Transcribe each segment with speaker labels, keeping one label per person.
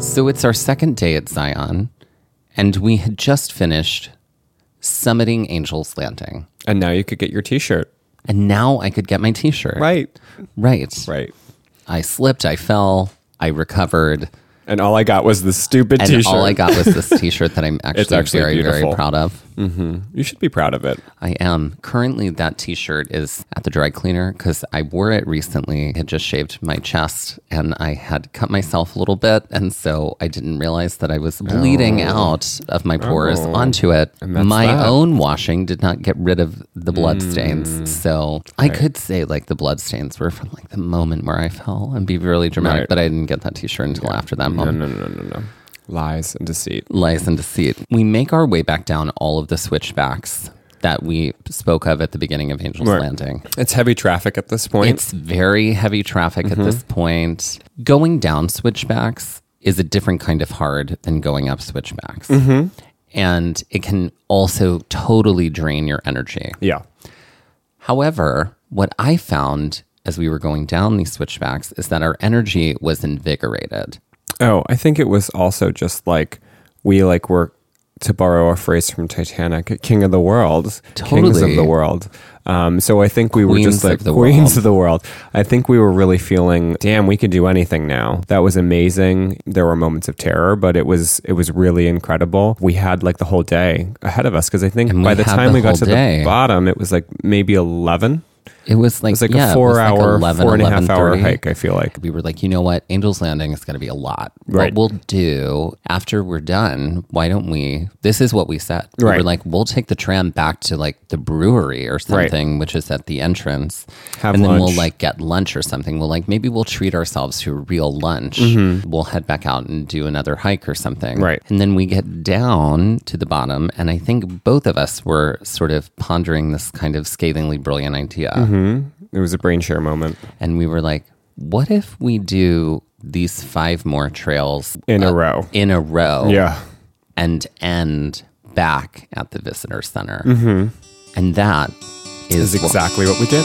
Speaker 1: So it's our second day at Zion, and we had just finished summiting Angel's Landing.
Speaker 2: And now you could get your t shirt.
Speaker 1: And now I could get my t shirt.
Speaker 2: Right.
Speaker 1: Right.
Speaker 2: Right.
Speaker 1: I slipped, I fell, I recovered,
Speaker 2: And all I got was the stupid
Speaker 1: and
Speaker 2: t shirt.
Speaker 1: all I got was this t shirt that I'm actually,
Speaker 2: actually
Speaker 1: very,
Speaker 2: beautiful.
Speaker 1: very proud of.
Speaker 2: You should be proud of it.
Speaker 1: I am. Currently, that t shirt is at the dry cleaner because I wore it recently. I had just shaved my chest and I had cut myself a little bit. And so I didn't realize that I was bleeding
Speaker 3: Oh.
Speaker 1: out of my pores onto it. My
Speaker 2: that.
Speaker 1: own washing did not get rid of the blood
Speaker 3: Mm.
Speaker 1: stains. So I could say, like, the blood stains were from like the moment where I fell and be really dramatic,
Speaker 3: Right.
Speaker 1: but I didn't get that t shirt until after that moment
Speaker 3: No, no, no, no, no. Lies and deceit.
Speaker 1: lies and deceit. We make our way back down all of the switchbacks that we spoke of at the beginning of Angel's
Speaker 3: Right.
Speaker 1: Landing.
Speaker 3: It's heavy traffic at this point.
Speaker 1: It's very heavy traffic
Speaker 3: Mm-hmm.
Speaker 1: at this point. Going down switchbacks is a different kind of hard than going up switchbacks.
Speaker 3: Mm-hmm.
Speaker 1: And it can also totally drain your energy.
Speaker 3: yeah.
Speaker 1: However, what I found as we were going down these switchbacks is that our energy was invigorated.
Speaker 3: Oh, I think it was also just like we like were to borrow a phrase from Titanic, king of the world, kings
Speaker 1: Totally.
Speaker 3: of the world. Um, so I think we were
Speaker 1: Queens
Speaker 3: just like
Speaker 1: of the
Speaker 3: queens
Speaker 1: world.
Speaker 3: of the world. I think we were really feeling, damn, we could do anything now. That was amazing. There were moments of terror, but it was it was really incredible. We had like the whole day ahead of us because I think
Speaker 1: And we
Speaker 3: by the
Speaker 1: had
Speaker 3: time
Speaker 1: the
Speaker 3: we got
Speaker 1: whole
Speaker 3: to
Speaker 1: day.
Speaker 3: the bottom, it was like maybe eleven.
Speaker 1: It was like,
Speaker 3: It was like
Speaker 1: yeah,
Speaker 3: a
Speaker 1: it
Speaker 3: four
Speaker 1: was like
Speaker 3: hour,
Speaker 1: 11,
Speaker 3: four and a half hour
Speaker 1: 11:30.
Speaker 3: hike. I feel like.
Speaker 1: we were like, you know what? Angel's Landing is going to be a lot.
Speaker 3: Right.
Speaker 1: What we'll do after we're done, why don't we? This is what we said. We were
Speaker 3: Right.
Speaker 1: like, we'll take the tram back to like the brewery or something, which is at the entrance.
Speaker 3: Have
Speaker 1: and then we'll
Speaker 3: lunch.
Speaker 1: like get lunch or something. We'll like, maybe we'll treat ourselves to a real lunch. We'll head back out and do another hike or something.
Speaker 3: Mm-hmm. Right.
Speaker 1: And then we get down to the bottom. And I think both of us were sort of pondering this kind of scathingly brilliant idea.
Speaker 3: Mm-hmm. It was a brain share moment
Speaker 1: and we were like, what if we do these five more trails
Speaker 3: in a row.
Speaker 1: in a row
Speaker 3: Yeah.
Speaker 1: and end back at the visitor center?
Speaker 2: Mm-hmm.
Speaker 1: And that is,
Speaker 3: Is
Speaker 1: what-
Speaker 3: exactly what we did.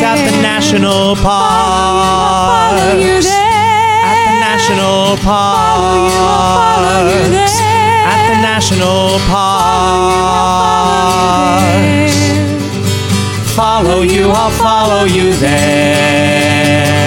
Speaker 4: at the National Park. At the National Parks. At the National Parks. Follow you, I'll follow you there.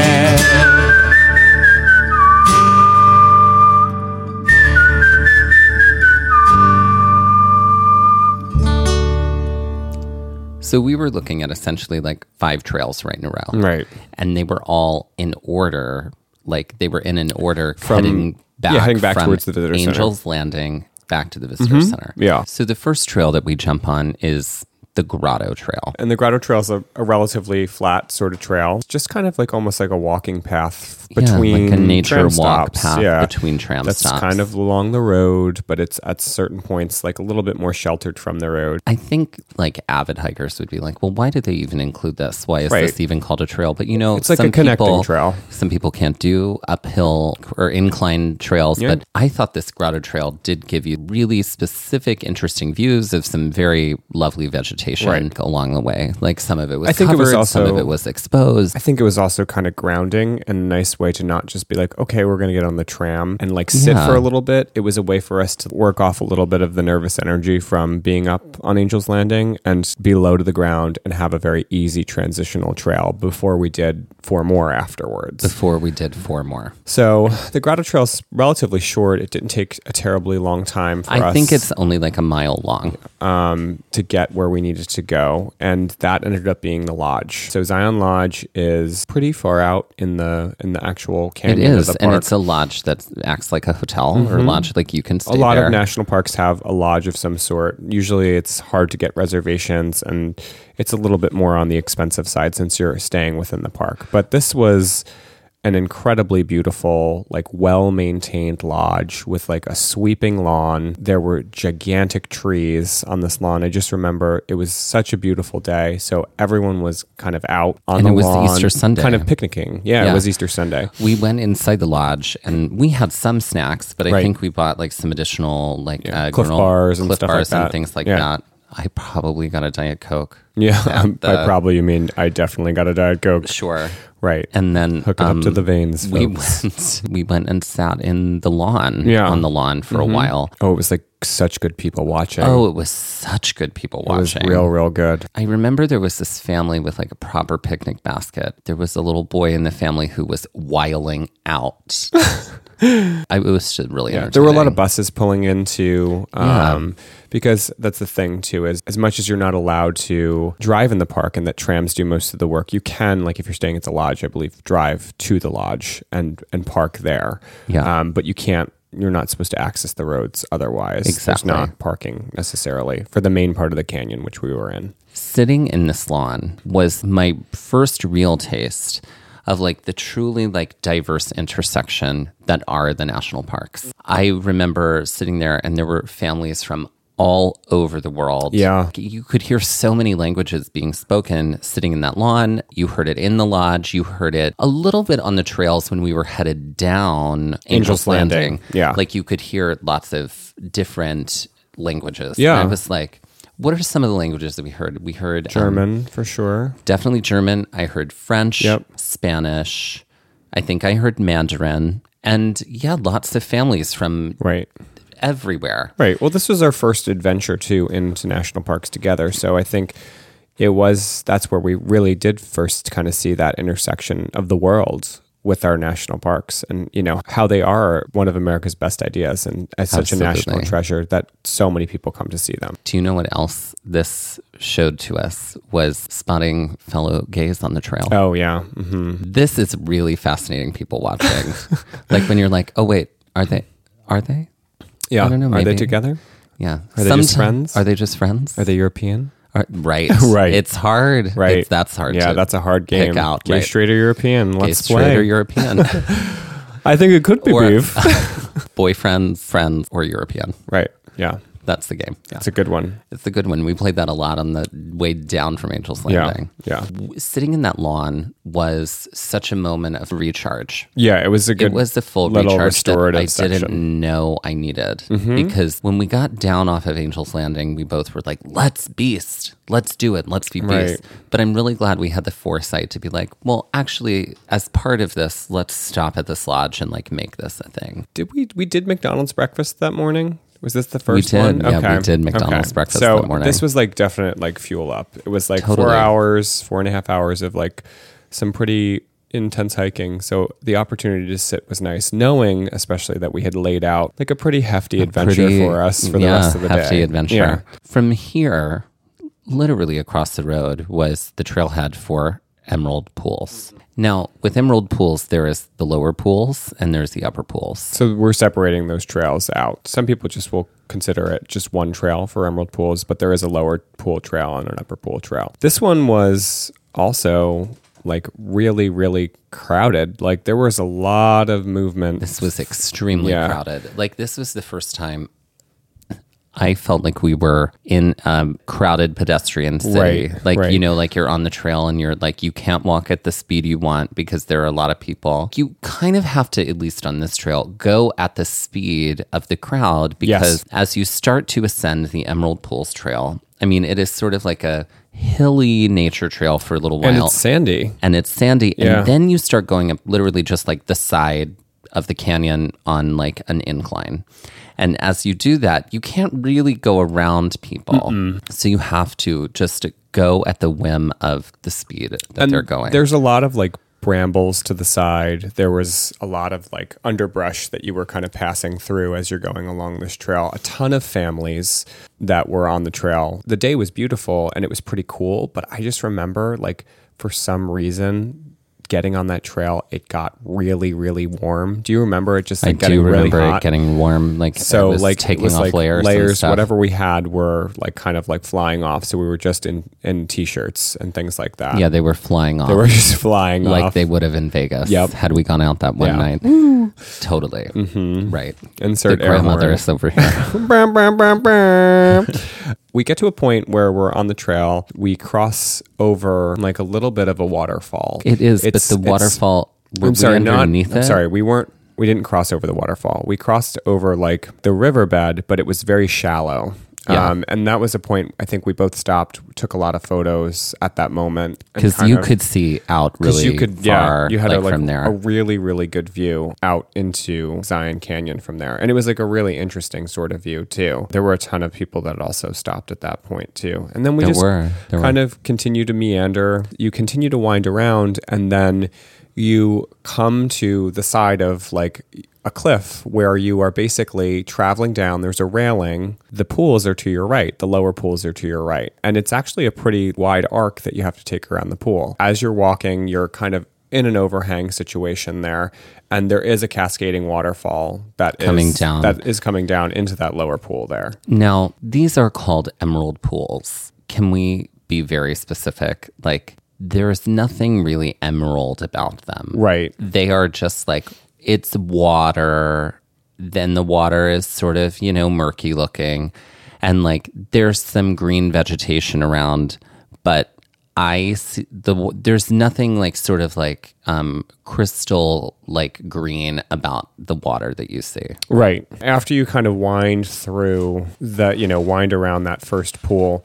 Speaker 1: So we were looking at essentially like five trails right in a row.
Speaker 2: Right.
Speaker 1: And they were all in order, like they were in an order
Speaker 2: From-
Speaker 1: heading back,
Speaker 2: yeah, heading back
Speaker 1: from
Speaker 2: towards the visitor center. Mm-hmm.
Speaker 1: Angels Landing back to the visitor center.
Speaker 2: Yeah.
Speaker 1: So the first trail that we jump on is the Grotto Trail.
Speaker 2: And the Grotto Trail is a, a relatively flat sort of trail. It's just kind of like almost like a walking path between
Speaker 1: like a nature
Speaker 2: tram
Speaker 1: walk
Speaker 2: stops.
Speaker 1: path
Speaker 2: yeah.
Speaker 1: between tram
Speaker 2: That's
Speaker 1: stops.
Speaker 2: kind of along the road, but it's at certain points like a little bit more sheltered from the road.
Speaker 1: I think like avid hikers would be like, well, why did they even include this? Why is
Speaker 2: Right.
Speaker 1: this even called a trail? But you know,
Speaker 2: It's like a connecting
Speaker 1: people,
Speaker 2: trail.
Speaker 1: Some people can't do uphill or incline trails, but I thought this grotto trail did give you really specific, interesting views of some very lovely vegetation
Speaker 2: Right.
Speaker 1: along the way. Like some of it was
Speaker 2: I think it
Speaker 1: covered,
Speaker 2: was
Speaker 1: some
Speaker 2: also-
Speaker 1: of it was exposed.
Speaker 2: I think it was also kind of grounding and a nice way to not just be like, okay, we're going to get on the tram and like sit
Speaker 1: Yeah.
Speaker 2: for a little bit. It was a way for us to work off a little bit of the nervous energy from being up on Angel's Landing and be low to the ground and have a very easy transitional trail before we did four more afterwards.
Speaker 1: Before we did four more,
Speaker 2: So the Grotto Trail's relatively short. It didn't take a terribly long time for
Speaker 1: I
Speaker 2: us
Speaker 1: think it's only like a mile long.
Speaker 2: um, to get where we needed to go. And that ended up being the lodge. So Zion Lodge is pretty far out in the in the actual
Speaker 1: It
Speaker 2: canyon.
Speaker 1: is,
Speaker 2: of the park.
Speaker 1: and
Speaker 2: Mm-hmm.
Speaker 1: it's a lodge that acts like a hotel or lodge, like you can stay
Speaker 2: a lot
Speaker 1: there.
Speaker 2: of national parks have a lodge of some sort. Usually it's hard to get reservations and it's a little bit more on the expensive side since you're staying within the park. But this was an incredibly beautiful, like well maintained lodge with like a sweeping lawn. There were gigantic trees on this lawn. I just remember it was such a beautiful day. So everyone was kind of out on
Speaker 1: And
Speaker 2: the
Speaker 1: it was
Speaker 2: lawn.
Speaker 1: Easter Sunday.
Speaker 2: Kind of picnicking. Yeah, it
Speaker 1: Yeah.
Speaker 2: was Easter Sunday.
Speaker 1: we went inside the lodge and we had some snacks, but I
Speaker 2: Right.
Speaker 1: think we bought like some additional like uh,
Speaker 2: Clif
Speaker 1: granola-
Speaker 2: bars and
Speaker 1: Clif
Speaker 2: stuff like
Speaker 1: bars and
Speaker 2: that.
Speaker 1: things like
Speaker 2: Yeah.
Speaker 1: that. I probably got a diet coke.
Speaker 2: Yeah, um, by
Speaker 1: the-
Speaker 2: probably you mean I definitely got a Diet Coke.
Speaker 1: Sure.
Speaker 2: Right.
Speaker 1: And then
Speaker 2: hook it
Speaker 1: um,
Speaker 2: up to the veins.
Speaker 1: we
Speaker 2: folks.
Speaker 1: went. We went and sat in the lawn.
Speaker 2: Yeah.
Speaker 1: on the lawn for a while.
Speaker 2: oh, it was like such good people watching.
Speaker 1: Oh, it was such good people
Speaker 2: it was
Speaker 1: watching.
Speaker 2: real, real good.
Speaker 1: I remember there was this family with like a proper picnic basket. There was a little boy in the family who was whiling out. I, it was just really entertaining.
Speaker 2: There were a lot of buses pulling into, um, because that's the thing too. Is as much as you're not allowed to drive in the park, and that trams do most of the work. You can, like, if you're staying at the lodge, I believe, drive to the lodge and and park there.
Speaker 1: Yeah.
Speaker 2: Um, but you can't. You're not supposed to access the roads otherwise. There's
Speaker 1: Exactly.
Speaker 2: not parking necessarily for the main part of the canyon, which we were in.
Speaker 1: sitting in this lawn was my first real taste of like the truly like diverse intersection that are the national parks. I remember sitting there and there were families from all over the world.
Speaker 2: Yeah.
Speaker 1: You could hear so many languages being spoken sitting in that lawn. You heard it in the lodge. You heard it a little bit on the trails when we were headed down Angel's,
Speaker 2: Angel's Landing.
Speaker 1: Landing.
Speaker 2: Yeah.
Speaker 1: Like you could hear lots of different languages.
Speaker 2: Yeah.
Speaker 1: And I was like, what are some of the languages that we heard? We heard um,
Speaker 2: German for sure.
Speaker 1: definitely German. I heard French,
Speaker 2: Yep.
Speaker 1: Spanish. I think I heard Mandarin. And yeah, lots of families from
Speaker 2: Right.
Speaker 1: everywhere.
Speaker 2: Right. Well, this was our first adventure too into national parks together. So I think it was that's where we really did first kind of see that intersection of the world with our national parks and you know how they are one of America's best ideas and as such a national
Speaker 1: Absolutely.
Speaker 2: treasure that so many people come to see them.
Speaker 1: Do you know what else this showed to us was spotting fellow gays on the trail?
Speaker 2: Oh yeah. hmm
Speaker 1: This is really fascinating people watching. like when you're like, "Oh wait, are they are they?"
Speaker 2: Yeah.
Speaker 1: I don't know,
Speaker 2: are they
Speaker 1: maybe.
Speaker 2: together?
Speaker 1: Yeah.
Speaker 2: Are they just
Speaker 1: Sometime-
Speaker 2: friends?
Speaker 1: Are they just friends?
Speaker 2: Are they European?
Speaker 1: Are- right.
Speaker 2: Right.
Speaker 1: It's hard.
Speaker 2: Right.
Speaker 1: It's, that's hard.
Speaker 2: Yeah,
Speaker 1: to
Speaker 2: that's a hard
Speaker 1: pick
Speaker 2: game.
Speaker 1: out,
Speaker 2: Gay
Speaker 1: right.
Speaker 2: straight or European. Let's
Speaker 1: It's straight or
Speaker 2: play.
Speaker 1: European.
Speaker 2: I think it could be
Speaker 1: Or-
Speaker 2: beef.
Speaker 1: boyfriend, friends, or European.
Speaker 2: right. Yeah.
Speaker 1: That's the game.
Speaker 2: It's a good one.
Speaker 1: It's a good one. We played that a lot on the way down from Angel's
Speaker 2: Yeah.
Speaker 1: Landing.
Speaker 2: Yeah.
Speaker 1: W- Sitting in that lawn was such a moment of recharge.
Speaker 2: Yeah, it was a good
Speaker 1: It was the full
Speaker 2: little
Speaker 1: recharge that
Speaker 2: restorative
Speaker 1: I didn't
Speaker 2: section. Mm-hmm.
Speaker 1: know I needed because when we got down off of Angel's Landing, we both were like, "Let's beast, let's do it, let's be beast."
Speaker 2: Right.
Speaker 1: But I'm really glad we had the foresight to be like, "Well, actually, as part of this, let's stop at this lodge and like make this a thing."
Speaker 2: Did we we did McDonald's breakfast that morning? Was this the first
Speaker 1: did.
Speaker 2: one?
Speaker 1: Yeah, we did McDonald's breakfast
Speaker 2: so
Speaker 1: that morning.
Speaker 2: This was like definite like fuel up. It was like four
Speaker 1: Totally.
Speaker 2: hours, four and a half hours of like some pretty intense hiking. So the opportunity to sit was nice, knowing especially that we had laid out like a pretty hefty adventure
Speaker 1: pretty-
Speaker 2: for us for the
Speaker 1: yeah,
Speaker 2: rest of the
Speaker 1: hefty
Speaker 2: day.
Speaker 1: adventure.
Speaker 2: Yeah.
Speaker 1: From here, literally across the road was the trailhead for Emerald Pools. Now, with Emerald Pools, there is the lower pools and there's the upper pools.
Speaker 2: So we're separating those trails out. Some people just will consider it just one trail for Emerald Pools, but there is a lower pool trail and an upper pool trail. This one was also like really, really crowded. Like there was a lot of movement.
Speaker 1: This was extremely
Speaker 2: Yeah.
Speaker 1: crowded. Like, this was the first time I felt like we were in a crowded pedestrian city.
Speaker 2: Right,
Speaker 1: like,
Speaker 2: right.
Speaker 1: you know, like you're on the trail and you're like, you can't walk at the speed you want because there are a lot of people. You kind of have to, at least on this trail, go at the speed of the crowd because as you start to ascend the Emerald Pools Trail, I mean, it is sort of like a hilly nature trail for a little while
Speaker 2: and it's sandy.
Speaker 1: and it's sandy.
Speaker 2: Yeah.
Speaker 1: And then you start going up literally just like the side of the canyon on like an incline. And as you do that, you can't really go around people. So you have to just go at the whim of the speed that
Speaker 2: And
Speaker 1: they're going.
Speaker 2: There's a lot of like brambles to the side. There was a lot of like underbrush that you were kind of passing through as you're going along this trail. A ton of families that were on the trail. The day was beautiful and it was pretty cool, but I just remember like for some reason getting on that trail, it got really, really warm. Do you remember it just
Speaker 1: I
Speaker 2: like, getting
Speaker 1: do remember
Speaker 2: really
Speaker 1: it
Speaker 2: hot?
Speaker 1: getting warm, like
Speaker 2: so
Speaker 1: it was
Speaker 2: like it
Speaker 1: taking
Speaker 2: was
Speaker 1: off
Speaker 2: like
Speaker 1: layers, and stuff.
Speaker 2: whatever we had were like kind of like flying off. So we were just in in t-shirts and things like that.
Speaker 1: Yeah, they were flying off.
Speaker 2: They were just flying
Speaker 1: like
Speaker 2: off.
Speaker 1: they would have in Vegas.
Speaker 2: Yep.
Speaker 1: Had we gone out that one
Speaker 2: Yeah.
Speaker 1: night. totally. Right.
Speaker 2: Insert
Speaker 1: the
Speaker 2: air horn.
Speaker 1: grandmother is over here.
Speaker 2: Brum, brum, brum, brum. we get to a point where we're on the trail. We cross over like a little bit of a waterfall.
Speaker 1: It is,
Speaker 2: It's-
Speaker 1: but the
Speaker 2: it's-
Speaker 1: waterfall. Were
Speaker 2: I'm sorry,
Speaker 1: we
Speaker 2: not.
Speaker 1: underneath
Speaker 2: I'm
Speaker 1: it?
Speaker 2: sorry, we weren't. We didn't cross over the waterfall. We crossed over like the riverbed, but it was very shallow.
Speaker 1: Yeah.
Speaker 2: Um, and that was a point I think we both stopped, took a lot of photos at that moment. and
Speaker 1: because
Speaker 2: kind
Speaker 1: you
Speaker 2: of-
Speaker 1: could see out
Speaker 2: Because
Speaker 1: really
Speaker 2: you could,
Speaker 1: far,
Speaker 2: yeah, you had
Speaker 1: like,
Speaker 2: a, like,
Speaker 1: from there.
Speaker 2: a really, really good view out into Zion Canyon from there, and it was like a really interesting sort of view too. There were a ton of people that also stopped at that point too, and then we
Speaker 1: There
Speaker 2: just
Speaker 1: were, there
Speaker 2: kind
Speaker 1: were.
Speaker 2: of continue to meander. You continue to wind around, and then you come to the side of like a cliff where you are basically traveling down there's a railing the pools are to your right the lower pools are to your right and it's actually a pretty wide arc that you have to take around the pool as you're walking you're kind of in an overhang situation there and there is a cascading waterfall that is
Speaker 1: Coming down.
Speaker 2: that is coming down into that lower pool there
Speaker 1: now these are called emerald pools. Can we be very specific? Like there is nothing really emerald about them.
Speaker 2: right
Speaker 1: They are just like it's water. Then the water is sort of you know murky looking, and like there's some green vegetation around, but. I see the w- there's nothing like sort of like um crystal like green about the water that you see.
Speaker 2: Right. After you kind of wind through the, you know, wind around that first pool,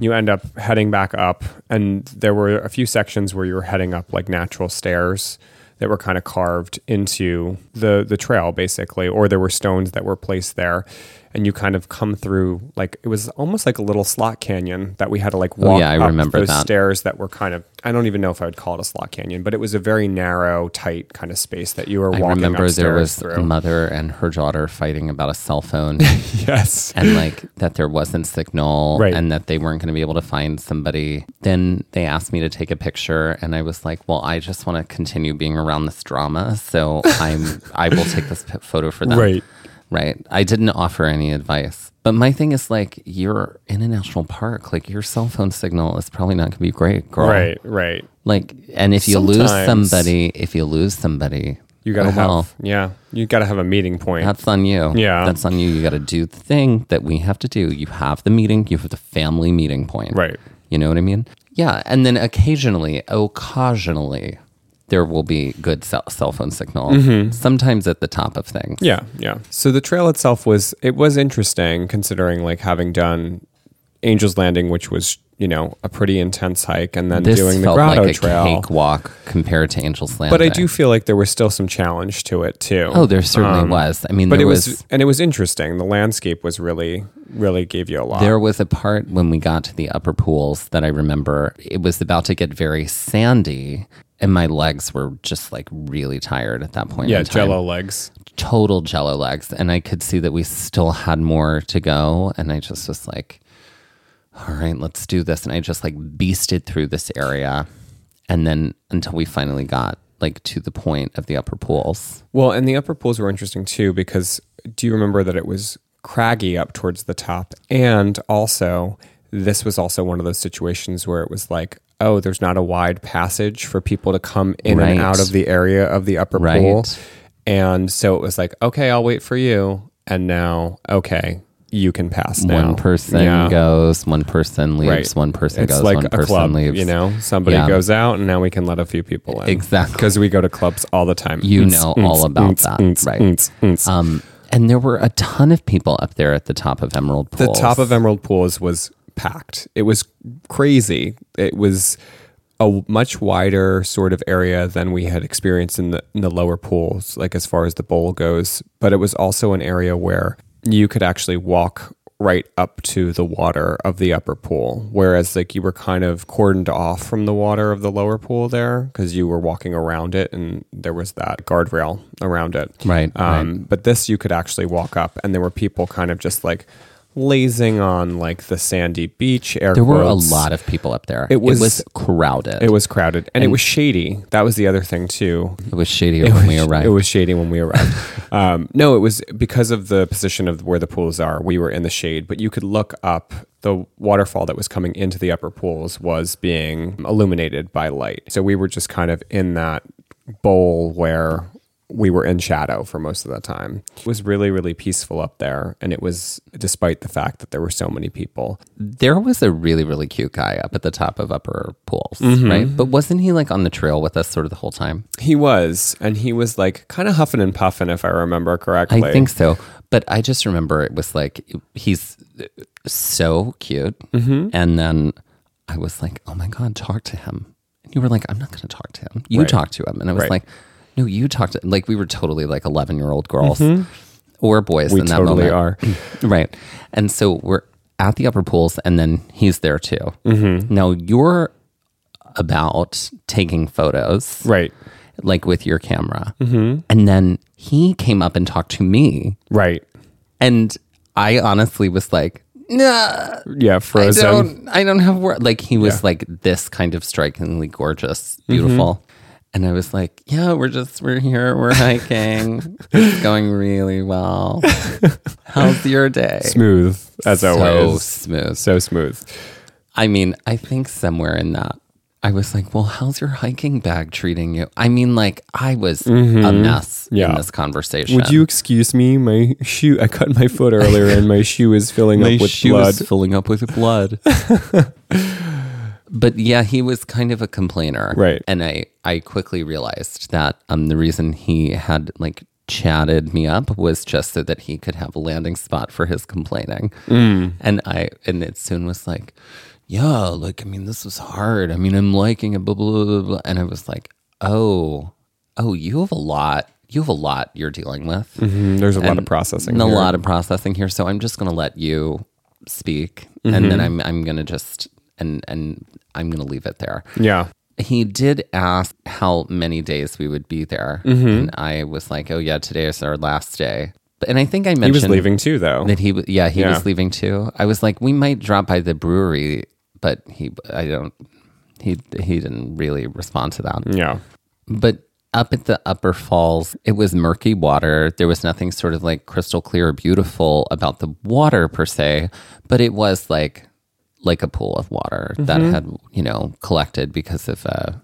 Speaker 2: you end up heading back up. And there were a few sections where you were heading up like natural stairs that were kind of carved into the the trail basically or there were stones that were placed there and you kind of come through like it was almost like a little slot canyon that we had to like walk
Speaker 1: Oh, yeah, I
Speaker 2: up
Speaker 1: remember
Speaker 2: those
Speaker 1: that.
Speaker 2: stairs that were kind of I don't even know if I would call it a slot canyon but it was a very narrow tight kind of space that you were
Speaker 1: I
Speaker 2: walking
Speaker 1: remember
Speaker 2: upstairs
Speaker 1: there was
Speaker 2: through.
Speaker 1: a mother and her daughter fighting about a cell phone
Speaker 2: yes
Speaker 1: and like that there wasn't signal
Speaker 2: Right.
Speaker 1: and that they weren't going to be able to find somebody. Then they asked me to take a picture and I was like, "Well, I just want to continue being around this drama, so I'm I will take this p- photo for them."
Speaker 2: Right.
Speaker 1: Right. I didn't offer any advice. But my thing is like you're in a national park, like your cell phone signal is probably not going to be great, girl.
Speaker 2: Right, right.
Speaker 1: Like and if you lose
Speaker 2: Sometimes.
Speaker 1: somebody, if you lose somebody,
Speaker 2: You gotta
Speaker 1: oh
Speaker 2: have,
Speaker 1: well.
Speaker 2: yeah. You gotta have a meeting point.
Speaker 1: That's on you.
Speaker 2: Yeah.
Speaker 1: That's on you. You got to do the thing that we have to do. You have the meeting, you have the family meeting point.
Speaker 2: Right.
Speaker 1: You know what I mean? Yeah. And then occasionally, occasionally, there will be good cell, cell phone signal,
Speaker 2: Mm-hmm.
Speaker 1: sometimes at the top of things.
Speaker 2: yeah, yeah. So the trail itself was it was interesting considering like having done Angel's Landing, which was you know a pretty intense hike, and then
Speaker 1: This
Speaker 2: doing the
Speaker 1: felt
Speaker 2: Grotto
Speaker 1: like a
Speaker 2: trail.
Speaker 1: cakewalk compared to Angel's Landing.
Speaker 2: but I do feel like there was still some challenge to it too. Uh,
Speaker 1: Oh, there certainly was. I mean,
Speaker 2: But
Speaker 1: there
Speaker 2: it was,
Speaker 1: was,
Speaker 2: and it was interesting. The landscape was really, really gave you a lot.
Speaker 1: There was a part when we got to the upper pools that I remember it was about to get very sandy and my legs were just like really tired at that point.
Speaker 2: yeah,
Speaker 1: in time.
Speaker 2: Jello legs.
Speaker 1: Total jello legs. And I could see that we still had more to go. And I just was like, all right, let's do this. And I just like beasted through this area. And then until we finally got like to the point of the upper pools.
Speaker 2: Well, and the upper pools were interesting too because do you remember that it was craggy up towards the top? And also, this was also one of those situations where it was like, oh, there's not a wide passage for people to come in
Speaker 1: Right.
Speaker 2: and out of the area of the upper
Speaker 1: Right.
Speaker 2: pool. And so it was like, okay, I'll wait for you. And now, okay, you can pass now.
Speaker 1: One person
Speaker 2: Yeah.
Speaker 1: goes, one person leaves, one person
Speaker 2: it's
Speaker 1: goes,
Speaker 2: like
Speaker 1: one
Speaker 2: a
Speaker 1: person
Speaker 2: club,
Speaker 1: leaves.
Speaker 2: you know. Somebody
Speaker 1: Yeah.
Speaker 2: goes out, and now we can let a few people in.
Speaker 1: Exactly.
Speaker 2: because we go to clubs all the time.
Speaker 1: You know all about that, right.
Speaker 2: right?
Speaker 1: Um, and there were a ton of people up there at the top of Emerald Pool.
Speaker 2: the top of Emerald Pools was packed. It was crazy. It was a much wider sort of area than we had experienced in the in the lower pools, like as far as the bowl goes. But it was also an area where you could actually walk right up to the water of the upper pool, whereas like you were kind of cordoned off from the water of the lower pool there because you were walking around it and there was that guardrail around it.
Speaker 1: Right,
Speaker 2: Um, But this you could actually walk up, and there were people kind of just like lazing on like the sandy beach. Air
Speaker 1: there were a
Speaker 2: quotes.
Speaker 1: lot of people up there.
Speaker 2: It was-
Speaker 1: crowded.
Speaker 2: It was crowded, and, it was shady. That was the other thing too.
Speaker 1: It was shadier when we arrived.
Speaker 2: It was shady when we arrived. um, no, it was because of the position of where the pools are. We were in the shade, but you could look up. The waterfall that was coming into the upper pools was being illuminated by light. So we were just kind of in that bowl where we were in shadow for most of the time. It was really, really peaceful up there. And it was despite the fact that there were so many people.
Speaker 1: there was a really really cute guy up at the top of upper pools
Speaker 2: Mm-hmm.
Speaker 1: right but wasn't he like on the trail with us sort of the whole time
Speaker 2: He was, and he was like kind of huffing and puffing, if I remember correctly.
Speaker 1: i think so but i just remember it was like he's so cute
Speaker 2: Mm-hmm.
Speaker 1: and then i was like oh my god talk to him and you were like i'm not going to talk to him you talk to him and i was
Speaker 2: Right.
Speaker 1: like no you talk to like we were totally like 11 year old girls or boys
Speaker 2: Mm-hmm. we
Speaker 1: in that
Speaker 2: totally
Speaker 1: moment
Speaker 2: are.
Speaker 1: Right. And so we're at the upper pools, and then he's there too.
Speaker 2: Mm-hmm.
Speaker 1: Now you're about taking photos,
Speaker 2: Right.
Speaker 1: like with your camera.
Speaker 2: Mm-hmm.
Speaker 1: And then he came up and talked to me.
Speaker 2: Right.
Speaker 1: And I honestly was like, nah,
Speaker 2: Yeah,
Speaker 1: I
Speaker 2: frozen.
Speaker 1: don't, I don't have word. Like he was
Speaker 2: Yeah. Mm-hmm.
Speaker 1: like this kind of strikingly gorgeous, beautiful. And I was like, yeah, we're just, we're here, we're hiking. it's going really well. How's your day?
Speaker 2: smooth as
Speaker 1: so
Speaker 2: always.
Speaker 1: smooth.
Speaker 2: so smooth.
Speaker 1: I mean, I think somewhere in that, I was like, "Well, how's your hiking bag treating you?" I mean, like I was a mess
Speaker 2: Mm-hmm.
Speaker 1: in
Speaker 2: Yeah.
Speaker 1: this conversation.
Speaker 2: Would you excuse me? My shoe. I cut my foot earlier, and my shoe is filling
Speaker 1: My
Speaker 2: up with
Speaker 1: shoe
Speaker 2: blood.
Speaker 1: is filling up with blood. but yeah, he was kind of a complainer,
Speaker 2: Right.
Speaker 1: And I, I quickly realized that um, the reason he had like chatted me up was just so that he could have a landing spot for his complaining.
Speaker 2: Mm.
Speaker 1: And I, and it soon was like, yeah, like I mean, this was hard. I mean, I'm liking it, blah blah blah blah. blah. And I was like, oh, oh, you have a lot. You have a lot you're dealing with
Speaker 2: Mm, There's a lot of processing.
Speaker 1: and a
Speaker 2: here.
Speaker 1: lot of processing here. So I'm just going to let you speak, and
Speaker 2: Mm-hmm.
Speaker 1: then I'm I'm going to just and and I'm going to leave it there.
Speaker 2: Yeah.
Speaker 1: He did ask how many days we would be there,
Speaker 2: Mm-hmm.
Speaker 1: and I was like, "Oh yeah, today is our last day." And I think I mentioned
Speaker 2: He was leaving too, though.
Speaker 1: that he w- yeah he
Speaker 2: Yeah.
Speaker 1: was leaving too. I was like, "We might drop by the brewery," but he I don't he he didn't really respond to that
Speaker 2: Yeah.
Speaker 1: but up at the upper falls it was murky water there was nothing sort of like crystal clear or beautiful about the water per se but it was like like a pool of water that had you know collected because of a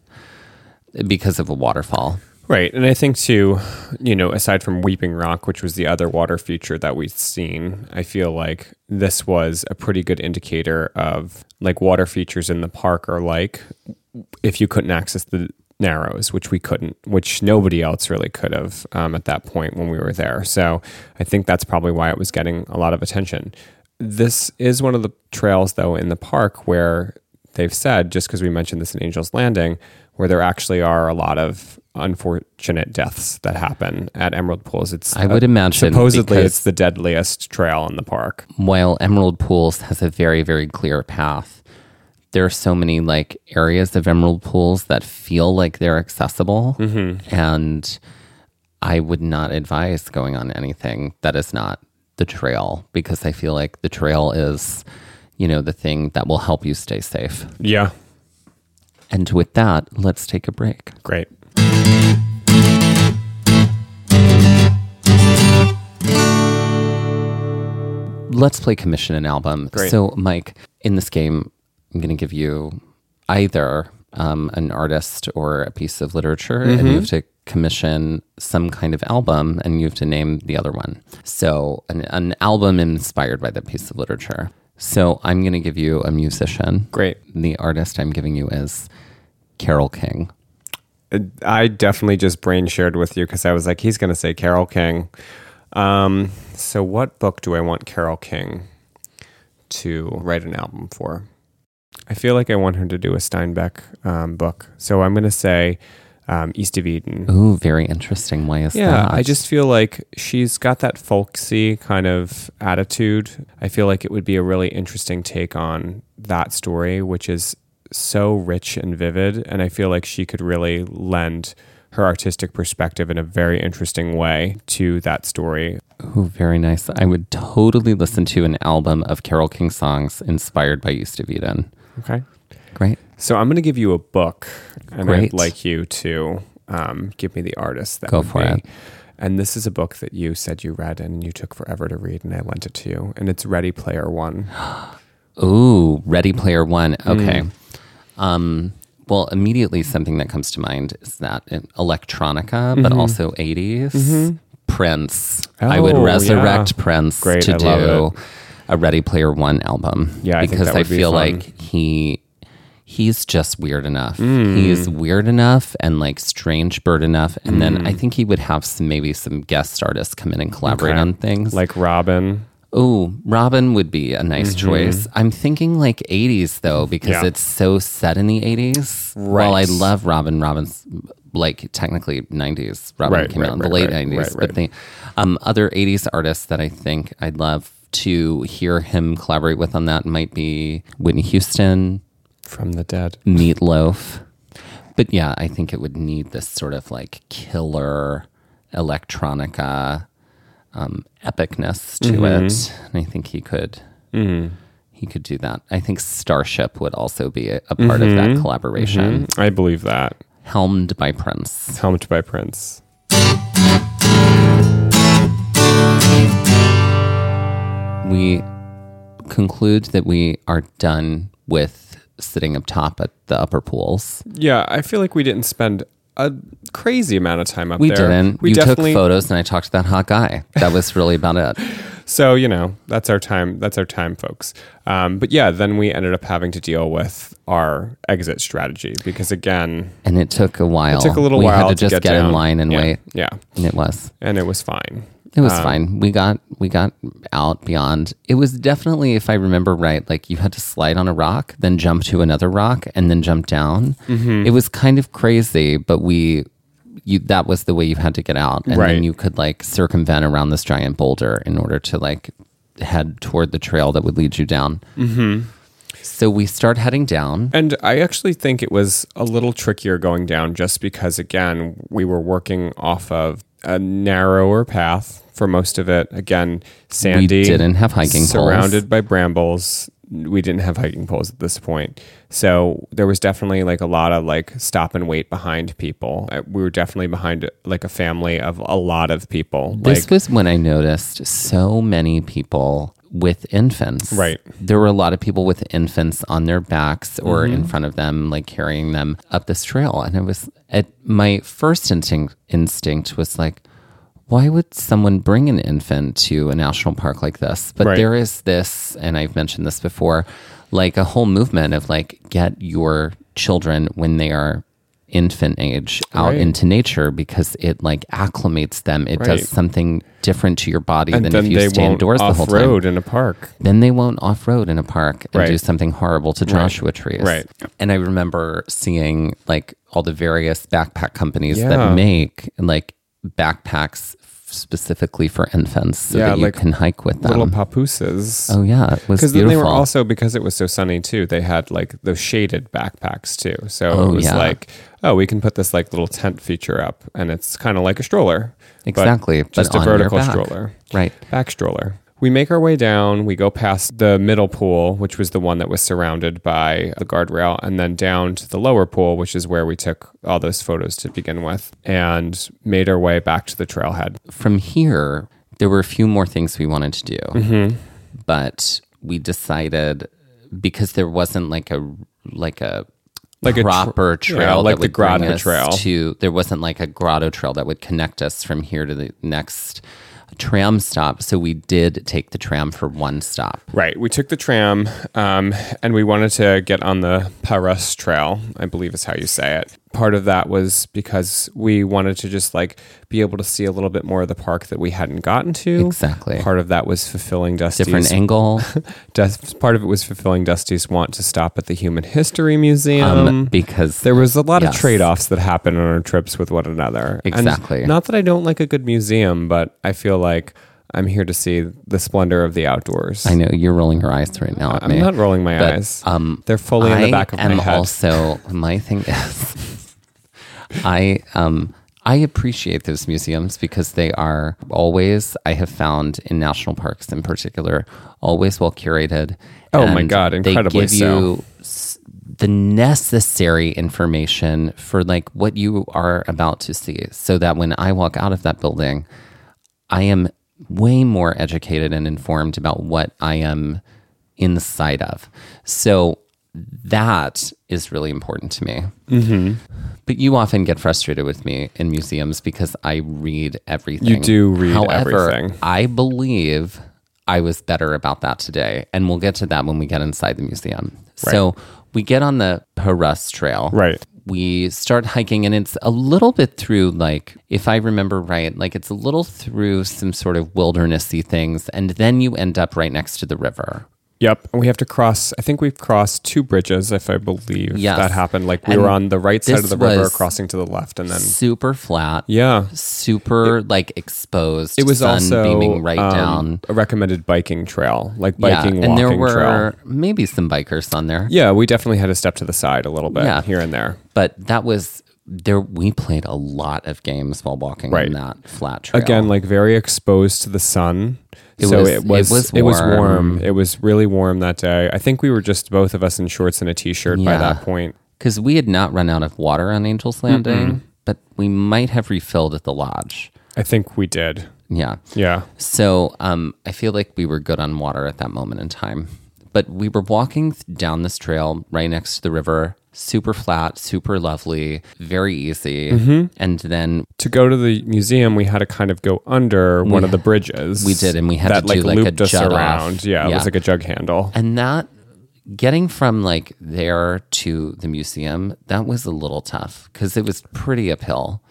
Speaker 1: because of a waterfall
Speaker 2: Right. And I think, too, you know, aside from Weeping Rock, which was the other water feature that we've seen, I feel like this was a pretty good indicator of like water features in the park are like if you couldn't access the Narrows, which we couldn't, which nobody else really could have um, at that point when we were there. So I think that's probably why it was getting a lot of attention. This is one of the trails, though, in the park where they've said, just because we mentioned this in Angel's Landing, where there actually are a lot of unfortunate deaths that happen at Emerald Pools. It's
Speaker 1: I would imagine
Speaker 2: supposedly
Speaker 1: because-
Speaker 2: it's the deadliest trail in the park.
Speaker 1: while emerald pools has a very very clear path there are so many like areas of emerald pools that feel like they're accessible and I would not advise going on anything that is not the trail because I feel like the trail is, you know, the thing that will help you stay safe.
Speaker 2: Yeah.
Speaker 1: And with that, let's take a break.
Speaker 2: Great.
Speaker 1: Let's play commission an album.
Speaker 2: Great.
Speaker 1: So, Mike, in this game, I'm going to give you either um, an artist or a piece of literature, and
Speaker 2: Mm-hmm.
Speaker 1: you have to commission some kind of album, and you have to name the other one. So, an, an album inspired by that piece of literature. So, I'm going to give you a musician.
Speaker 2: Great.
Speaker 1: The artist I'm giving you is Carol King.
Speaker 2: Uh, I definitely just brain shared with you because I was like, he's going to say Carol King. Um, so, what book do I want Carol King to write an album for? I feel like I want her to do a Steinbeck um, book. So, I'm going to say um, East of Eden.
Speaker 1: Ooh, very interesting. Why is
Speaker 2: Yeah,
Speaker 1: that?
Speaker 2: I just feel like she's got that folksy kind of attitude. I feel like it would be a really interesting take on that story, which is so rich and vivid. And I feel like she could really lend her artistic perspective in a very interesting way to that story.
Speaker 1: Oh, very nice. I would totally listen to an album of Carol King songs inspired by East of Eden.
Speaker 2: Okay.
Speaker 1: Great.
Speaker 2: So I'm going to give you a book, and
Speaker 1: Great.
Speaker 2: I'd like you to um, give me the artist. That
Speaker 1: Go
Speaker 2: would
Speaker 1: for
Speaker 2: be-
Speaker 1: it.
Speaker 2: And this is a book that you said you read and you took forever to read, and I lent it to you. And it's Ready Player One.
Speaker 1: Ooh, Ready Player One.
Speaker 2: Hmm.
Speaker 1: Okay. Um, well, immediately something that comes to mind is that in- electronica,
Speaker 2: Mm-hmm.
Speaker 1: but also 80s. Prince. I would
Speaker 2: Oh,
Speaker 1: resurrect
Speaker 2: yeah.
Speaker 1: Prince
Speaker 2: Great,
Speaker 1: to
Speaker 2: I love
Speaker 1: do a Ready Player One album.
Speaker 2: Yeah, I think
Speaker 1: because
Speaker 2: that
Speaker 1: I
Speaker 2: would be
Speaker 1: feel
Speaker 2: fun.
Speaker 1: like he he's just weird enough.
Speaker 2: Mm.
Speaker 1: He's weird enough and like strange bird enough. And
Speaker 2: Mm.
Speaker 1: then I think he would have some maybe some guest artists come in and collaborate
Speaker 2: Okay.
Speaker 1: on things.
Speaker 2: like Robin.
Speaker 1: Oh, Robin would be a nice choice. I'm thinking like 80s though, because
Speaker 2: Mm-hmm. Yeah.
Speaker 1: it's so set in the 80s. While I
Speaker 2: Right.
Speaker 1: love Robin, Robin's like technically 90s. Robin
Speaker 2: Right,
Speaker 1: came out
Speaker 2: right,
Speaker 1: in the
Speaker 2: right,
Speaker 1: late
Speaker 2: right,
Speaker 1: 90s.
Speaker 2: right,
Speaker 1: But the um, other 80s artists that I think I'd love to hear him collaborate with on that might be Whitney Houston,
Speaker 2: From the dead.
Speaker 1: Meatloaf. But yeah, I think it would need this sort of like killer electronica um, epicness to
Speaker 2: Mm-hmm.
Speaker 1: it, and I think he could he could do that. I think Starship would also be a, a part of
Speaker 2: Mm-hmm.
Speaker 1: that collaboration,
Speaker 2: I believe that.
Speaker 1: helmed by Prince.
Speaker 2: Helmed by Prince.
Speaker 1: We conclude that we are done with sitting up top at the upper pools.
Speaker 2: Yeah, I feel like we didn't spend a crazy amount of time up
Speaker 1: We
Speaker 2: there.
Speaker 1: didn't.
Speaker 2: We
Speaker 1: you took
Speaker 2: definitely.
Speaker 1: photos, and I talked to that hot guy. That was really about it.
Speaker 2: So you know, that's our time. That's our time, folks. Um, but yeah, then we ended up having to deal with our exit strategy because again,
Speaker 1: And it took a while.
Speaker 2: it took a little
Speaker 1: Oh, we
Speaker 2: while
Speaker 1: had to just get, in
Speaker 2: down.
Speaker 1: line and
Speaker 2: Yeah, Um,
Speaker 1: wait.
Speaker 2: Yeah,
Speaker 1: And it was.
Speaker 2: and it was fine.
Speaker 1: It was fine. We got we got out beyond. It was definitely, if I remember right, like you had to slide on a rock, then jump to another rock, and then jump down.
Speaker 2: Mm-hmm.
Speaker 1: It was kind of crazy, but we you that was the way you had to get out, and
Speaker 2: Right.
Speaker 1: then you could like circumvent around this giant boulder in order to like head toward the trail that would lead you down. Mm-hmm. So we start heading down.
Speaker 2: And I actually think it was a little trickier going down just because, again, we were working off of a narrower path for most of it. Again, sandy.
Speaker 1: didn't have hiking poles.
Speaker 2: Surrounded by brambles. We didn't have hiking poles at this point. So there was definitely like a lot of like stop and wait behind people. Uh, We were definitely behind like a family of a lot of people.
Speaker 1: This
Speaker 2: like,
Speaker 1: was when I noticed so many people with infants.
Speaker 2: Right.
Speaker 1: There were a lot of people with infants on their backs or
Speaker 2: Mm-hmm.
Speaker 1: in front of them, like carrying them up this trail. And I was at my first instinct instinct was like, why would someone bring an infant to a national park like this? But
Speaker 2: Right.
Speaker 1: there is this, and I've mentioned this before, like a whole movement of like get your children when they are infant age out
Speaker 2: Right.
Speaker 1: into nature because it like acclimates them. It
Speaker 2: Right.
Speaker 1: does something different to your body
Speaker 2: and
Speaker 1: than
Speaker 2: then
Speaker 1: if you
Speaker 2: they
Speaker 1: stay
Speaker 2: won't
Speaker 1: indoors the whole time.
Speaker 2: off-road in a park.
Speaker 1: Then they won't off road in a park and
Speaker 2: Right.
Speaker 1: do something horrible to Joshua trees.
Speaker 2: Right.
Speaker 1: And I remember seeing like all the various backpack companies that
Speaker 2: Yeah.
Speaker 1: make like backpacks specifically for infants so
Speaker 2: Yeah,
Speaker 1: that you
Speaker 2: like
Speaker 1: can hike with them.
Speaker 2: Little papooses.
Speaker 1: oh yeah, it was
Speaker 2: Because
Speaker 1: beautiful.
Speaker 2: then they were also because it was so sunny too. They had like those shaded backpacks too. So
Speaker 1: Oh,
Speaker 2: it was
Speaker 1: yeah.
Speaker 2: like, oh, we can put this like little tent feature up, and it's kind of like a stroller, but
Speaker 1: exactly but
Speaker 2: just a
Speaker 1: on your
Speaker 2: vertical
Speaker 1: back.
Speaker 2: stroller,
Speaker 1: Right.
Speaker 2: back stroller. We make our way down. We go past the middle pool, which was the one that was surrounded by the guardrail, and then down to the lower pool, which is where we took all those photos to begin with, and made our way back to the trailhead.
Speaker 1: From here, there were a few more things we wanted to do,
Speaker 2: Mm-hmm.
Speaker 1: but we decided because there wasn't like a like a
Speaker 2: Like a tr-
Speaker 1: proper
Speaker 2: yeah,
Speaker 1: trail,
Speaker 2: like
Speaker 1: that
Speaker 2: the
Speaker 1: would bring
Speaker 2: grotto
Speaker 1: us
Speaker 2: trail.
Speaker 1: To there wasn't like a grotto trail that would connect us from here to the next tram stop. So we did take the tram for one stop.
Speaker 2: Right. We took the tram um, and we wanted to get on the Paras Trail, I believe is how you say it. Part of that was because we wanted to just like be able to see a little bit more of the park that we hadn't gotten to.
Speaker 1: Exactly.
Speaker 2: Part of that was fulfilling Dusty's
Speaker 1: Different angle.
Speaker 2: Dust, part of it was fulfilling Dusty's want to stop at the Human History Museum.
Speaker 1: Um, because
Speaker 2: there was a lot
Speaker 1: Yes.
Speaker 2: of trade-offs that happen on our trips with one another. And
Speaker 1: Exactly.
Speaker 2: not that I don't like a good museum, but I feel like I'm here to see the splendor of the outdoors.
Speaker 1: I know you're rolling your eyes right now at
Speaker 2: I'm
Speaker 1: me.
Speaker 2: not rolling my
Speaker 1: But,
Speaker 2: eyes.
Speaker 1: um,
Speaker 2: They're fully in
Speaker 1: I
Speaker 2: the back of
Speaker 1: am
Speaker 2: my head.
Speaker 1: also my thing is I um I appreciate those museums because they are always I have found in national parks in particular always well curated.
Speaker 2: Oh my God,
Speaker 1: they
Speaker 2: incredibly
Speaker 1: give you s- the necessary information for like what you are about to see, so that when I walk out of that building, I am way more educated and informed about what I am inside of. So that is really important to me. Mm-hmm. But you often get frustrated with me in museums because I read everything.
Speaker 2: You do read
Speaker 1: However,
Speaker 2: everything.
Speaker 1: I believe I was better about that today. And we'll get to that when we get inside the museum. So we get on the Perus Trail
Speaker 2: Right.
Speaker 1: we start hiking and it's a little bit through like if i remember right like it's a little through some sort of wildernessy things and then you end up right next to the river
Speaker 2: Yep. And we have to cross, I think we've crossed two bridges, if I believe
Speaker 1: Yes.
Speaker 2: that happened. Like we
Speaker 1: And
Speaker 2: were on the right side of
Speaker 1: this
Speaker 2: the river,
Speaker 1: was-
Speaker 2: crossing to the left. And then,
Speaker 1: super flat
Speaker 2: yeah.
Speaker 1: super like exposed
Speaker 2: It was
Speaker 1: sun
Speaker 2: also
Speaker 1: beaming right
Speaker 2: um,
Speaker 1: down
Speaker 2: a recommended biking trail, like biking,
Speaker 1: yeah and there
Speaker 2: walking
Speaker 1: were
Speaker 2: trail.
Speaker 1: maybe some bikers on there
Speaker 2: Yeah. We definitely had to step to the side a little bit
Speaker 1: Yeah.
Speaker 2: here and there.
Speaker 1: but that was there we played a lot of games while walking
Speaker 2: Right.
Speaker 1: on that flat trail
Speaker 2: Again, like very exposed to the sun.
Speaker 1: It
Speaker 2: so
Speaker 1: was-
Speaker 2: it was
Speaker 1: it was
Speaker 2: it was warm.
Speaker 1: warm.
Speaker 2: It was really warm that day. I think we were just both of us in shorts and a t-shirt by
Speaker 1: Yeah.
Speaker 2: that point.
Speaker 1: because we had not run out of water on Angel's Landing, but we might have refilled at the lodge.
Speaker 2: I think we did.
Speaker 1: Yeah.
Speaker 2: Yeah.
Speaker 1: So um, I feel like we were good on water at that moment in time. But we were walking th- down this trail right next to the river, super flat, super lovely, very easy.
Speaker 2: Mm-hmm.
Speaker 1: And then
Speaker 2: to go to the museum, we had to kind of go under one of the bridges.
Speaker 1: we did, and we had
Speaker 2: that
Speaker 1: to
Speaker 2: like
Speaker 1: do, like, a
Speaker 2: looped us
Speaker 1: jut off.
Speaker 2: around. Yeah, it
Speaker 1: Yeah.
Speaker 2: was like a jug handle.
Speaker 1: and that getting from like there to the museum that was a little tough because it was pretty uphill.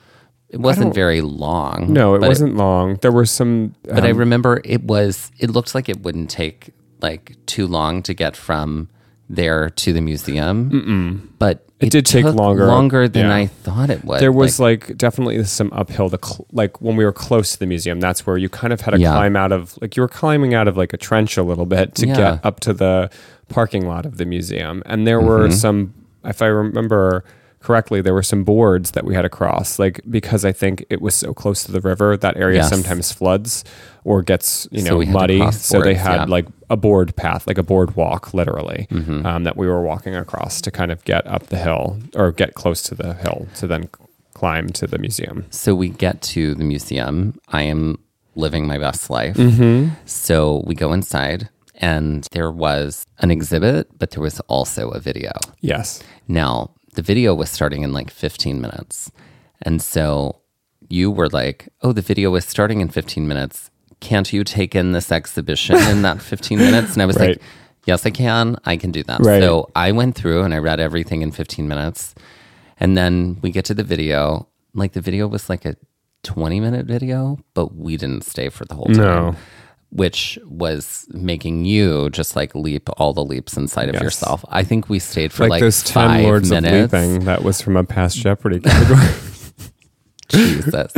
Speaker 1: It wasn't very long.
Speaker 2: no, it
Speaker 1: but
Speaker 2: wasn't long. There were some.
Speaker 1: but
Speaker 2: um,
Speaker 1: I remember it was it looked like it wouldn't take like too long to get from there to the museum. But it,
Speaker 2: did take
Speaker 1: took
Speaker 2: longer.
Speaker 1: longer than
Speaker 2: Yeah.
Speaker 1: I thought it would.
Speaker 2: there was like, definitely some uphill to cl- like when we were close to the museum. That's where you kind of had to
Speaker 1: Yeah.
Speaker 2: climb out of like you were climbing out of like a trench a little bit to
Speaker 1: Yeah.
Speaker 2: get up to the parking lot of the museum. And there were
Speaker 1: Mm-hmm.
Speaker 2: some, if I remember correctly, there were some boards that we had to cross. Like because I think it was so close to the river, that area
Speaker 1: Yes.
Speaker 2: sometimes floods or gets you
Speaker 1: So
Speaker 2: know
Speaker 1: we had to
Speaker 2: muddy.
Speaker 1: cross
Speaker 2: So they
Speaker 1: boards,
Speaker 2: had
Speaker 1: yeah.
Speaker 2: like a board path, like a board walk, literally,
Speaker 1: Mm-hmm.
Speaker 2: um, that we were walking across to kind of get up the hill or get close to the hill to then c- climb to the museum.
Speaker 1: so we get to the museum. I am living my best life.
Speaker 2: Mm-hmm.
Speaker 1: So we go inside and there was an exhibit, but there was also a video.
Speaker 2: Yes,
Speaker 1: Now, the video was starting in like 15 minutes. And so you were like, oh, the video is starting in 15 minutes. Can't you take in this exhibition in that 15 minutes? And I was
Speaker 2: Right.
Speaker 1: like, yes, I can. I can do that.
Speaker 2: Right.
Speaker 1: So I went through and I read everything in 15 minutes. And then we get to the video. Like the video was like a 20 minute video, but we didn't stay for the whole time.
Speaker 2: No.
Speaker 1: Which was making you just like leap all the leaps inside of yourself. I think we stayed for
Speaker 2: like,
Speaker 1: like,
Speaker 2: those ten
Speaker 1: five
Speaker 2: lords of
Speaker 1: minutes.
Speaker 2: leaping that was from a past Jeopardy category.
Speaker 1: Jesus.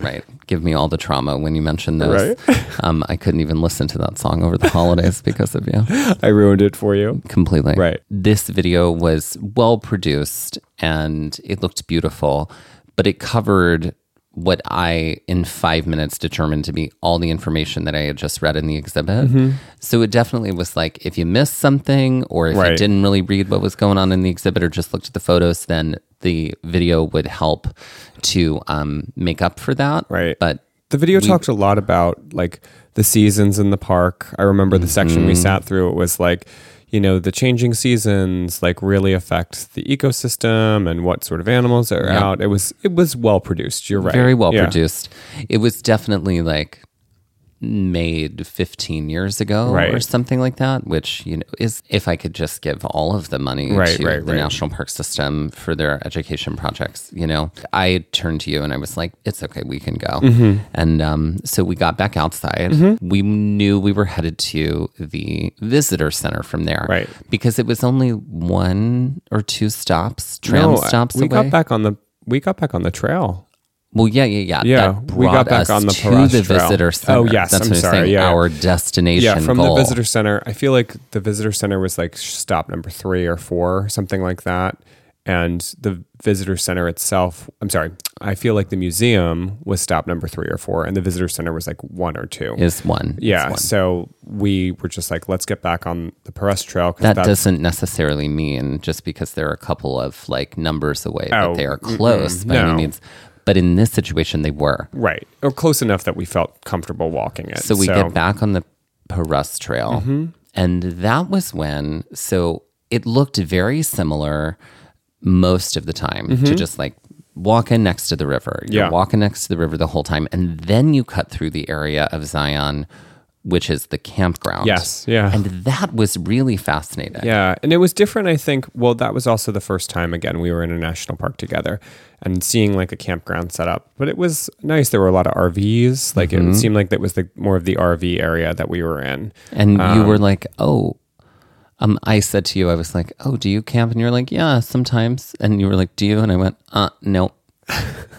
Speaker 1: right. Give me all the trauma when you mentioned those. Um, I couldn't even listen to that song over the holidays because of you
Speaker 2: I ruined it for you.
Speaker 1: completely.
Speaker 2: Right.
Speaker 1: This video was well produced and it looked beautiful, but it covered what I, in five minutes, determined to be all the information that I had just read in the exhibit.
Speaker 2: Mm-hmm.
Speaker 1: So it definitely was like if you missed something or if you
Speaker 2: Right.
Speaker 1: didn't really read what was going on in the exhibit or just looked at the photos, then the video would help to um, make up for that.
Speaker 2: Right.
Speaker 1: But
Speaker 2: The video talked a lot about like the seasons in the park. I remember the section we
Speaker 1: Mm-hmm.
Speaker 2: sat through. It was like, you know, the changing seasons like really affect the ecosystem and what sort of animals are
Speaker 1: Yeah.
Speaker 2: out. It was it was well produced. You're right.
Speaker 1: very well
Speaker 2: Yeah.
Speaker 1: produced. It was definitely like made 15 years ago or
Speaker 2: Right.
Speaker 1: something like that, which, you know, is if I could just give all of the money
Speaker 2: Right,
Speaker 1: to
Speaker 2: right,
Speaker 1: the
Speaker 2: right.
Speaker 1: National Park System for their education projects, you know, I turned to you and I was like, it's okay, we can go.
Speaker 2: Mm-hmm.
Speaker 1: And um, so we got back outside. We knew we were headed to the visitor center from there.
Speaker 2: Right.
Speaker 1: Because it was only one or two stops, tram
Speaker 2: No,
Speaker 1: stops
Speaker 2: We
Speaker 1: away.
Speaker 2: got back on the we got back on the trail.
Speaker 1: Well, yeah, yeah, yeah.
Speaker 2: Yeah,
Speaker 1: That
Speaker 2: we got
Speaker 1: brought
Speaker 2: back
Speaker 1: us
Speaker 2: on the
Speaker 1: to
Speaker 2: Parash
Speaker 1: the
Speaker 2: Trail.
Speaker 1: visitor
Speaker 2: Oh,
Speaker 1: center.
Speaker 2: yes,
Speaker 1: that's
Speaker 2: I'm
Speaker 1: what
Speaker 2: sorry,
Speaker 1: Saying,
Speaker 2: yeah.
Speaker 1: Our destination.
Speaker 2: Yeah, from
Speaker 1: goal.
Speaker 2: the visitor center. I feel like the visitor center was like stop number three or four, something like that. And the visitor center itself, I'm sorry, I feel like the museum was stop number three or four, and the visitor center was like one or two.
Speaker 1: is one.
Speaker 2: yeah. So we were just like, let's get back on the Perez Trail. 'cause
Speaker 1: That
Speaker 2: that's-
Speaker 1: doesn't necessarily mean just because they're a couple of like numbers away
Speaker 2: Oh,
Speaker 1: that they are close by any
Speaker 2: no.
Speaker 1: means. But in this situation, they were.
Speaker 2: Right. Or close enough that we felt comfortable walking it.
Speaker 1: So we get back on the Perus Trail,
Speaker 2: Mm-hmm.
Speaker 1: and that was when. So it looked very similar most of the time to just like walking next to the river. You're
Speaker 2: Mm-hmm. Yeah.
Speaker 1: walking next to the river the whole time, and then you cut through the area of Zion, which is the campground.
Speaker 2: Yes. Yeah.
Speaker 1: and that was really fascinating.
Speaker 2: Yeah, and it was different. I think. Well, that was also the first time again we were in a national park together, and seeing like a campground set up. But it was nice. There were a lot of RVs. Like
Speaker 1: Mm-hmm.
Speaker 2: it seemed like that was the more of the RV area that we were in.
Speaker 1: And you were like, oh, um, I said to you, I was like, oh, do you camp? And you were like, yeah, sometimes. And you were like, do you? And I went, uh, no,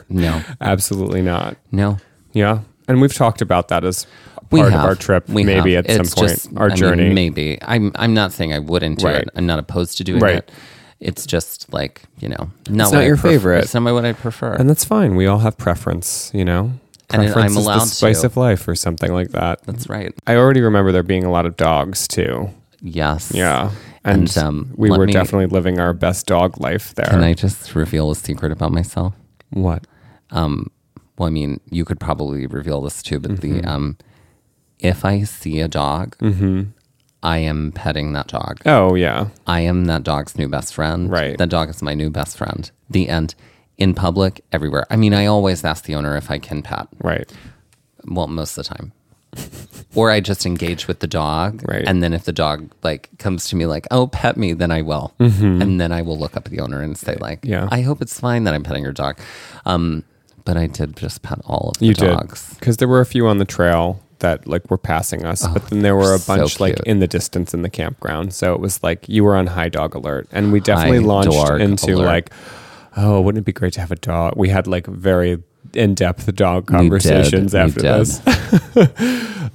Speaker 1: no,
Speaker 2: Absolutely not.
Speaker 1: no.
Speaker 2: Yeah, and we've talked about that as
Speaker 1: We
Speaker 2: part
Speaker 1: have.
Speaker 2: of our trip.
Speaker 1: We
Speaker 2: maybe
Speaker 1: have.
Speaker 2: at some
Speaker 1: It's
Speaker 2: point,
Speaker 1: just- I
Speaker 2: our
Speaker 1: mean,
Speaker 2: journey.
Speaker 1: maybe. I'm. I'm not saying I wouldn't do
Speaker 2: Right.
Speaker 1: it. I'm not opposed to doing
Speaker 2: Right.
Speaker 1: it. It's just like you know, not
Speaker 2: It's
Speaker 1: what
Speaker 2: not
Speaker 1: I
Speaker 2: your
Speaker 1: pref-
Speaker 2: favorite.
Speaker 1: It's not what I prefer.
Speaker 2: and that's fine. We all have preference. You know,
Speaker 1: And I'm
Speaker 2: preference is
Speaker 1: allowed
Speaker 2: the spice
Speaker 1: to.
Speaker 2: of life, or something like that.
Speaker 1: That's right.
Speaker 2: I already remember there being a lot of dogs too.
Speaker 1: Yes.
Speaker 2: Yeah.
Speaker 1: And,
Speaker 2: And,
Speaker 1: um,
Speaker 2: we
Speaker 1: let
Speaker 2: were
Speaker 1: me-
Speaker 2: definitely living our best dog life there.
Speaker 1: Can I just reveal a secret about myself?
Speaker 2: What?
Speaker 1: Um, well, I mean, you could probably reveal this too, but
Speaker 2: Mm-hmm.
Speaker 1: the um, if I see a dog, I am petting that dog.
Speaker 2: Oh, Mm-hmm. yeah.
Speaker 1: I am that dog's new best friend.
Speaker 2: Right.
Speaker 1: That dog is my new best friend. The end. In public, everywhere. I mean, I always ask the owner if I can pet.
Speaker 2: Right.
Speaker 1: Well, most of the time. or I just engage with the dog.
Speaker 2: Right.
Speaker 1: And then if the dog like comes to me like, oh, pet me, then I will. And then I will look up at the owner and say like,
Speaker 2: Mm-hmm. Yeah.
Speaker 1: I hope it's fine that I'm petting your dog. Um, but I did just pet all of the
Speaker 2: You
Speaker 1: dogs.
Speaker 2: did. Because there were a few on the trail that like were passing us, but then there were a
Speaker 1: Oh, so
Speaker 2: bunch like
Speaker 1: cute.
Speaker 2: in the distance in the campground. So it was like you were on high dog alert. And we definitely
Speaker 1: High
Speaker 2: launched
Speaker 1: dog
Speaker 2: into
Speaker 1: alert.
Speaker 2: like, oh, wouldn't it be great to have a dog? We had like very in depth dog conversations
Speaker 1: we
Speaker 2: after
Speaker 1: did.
Speaker 2: this.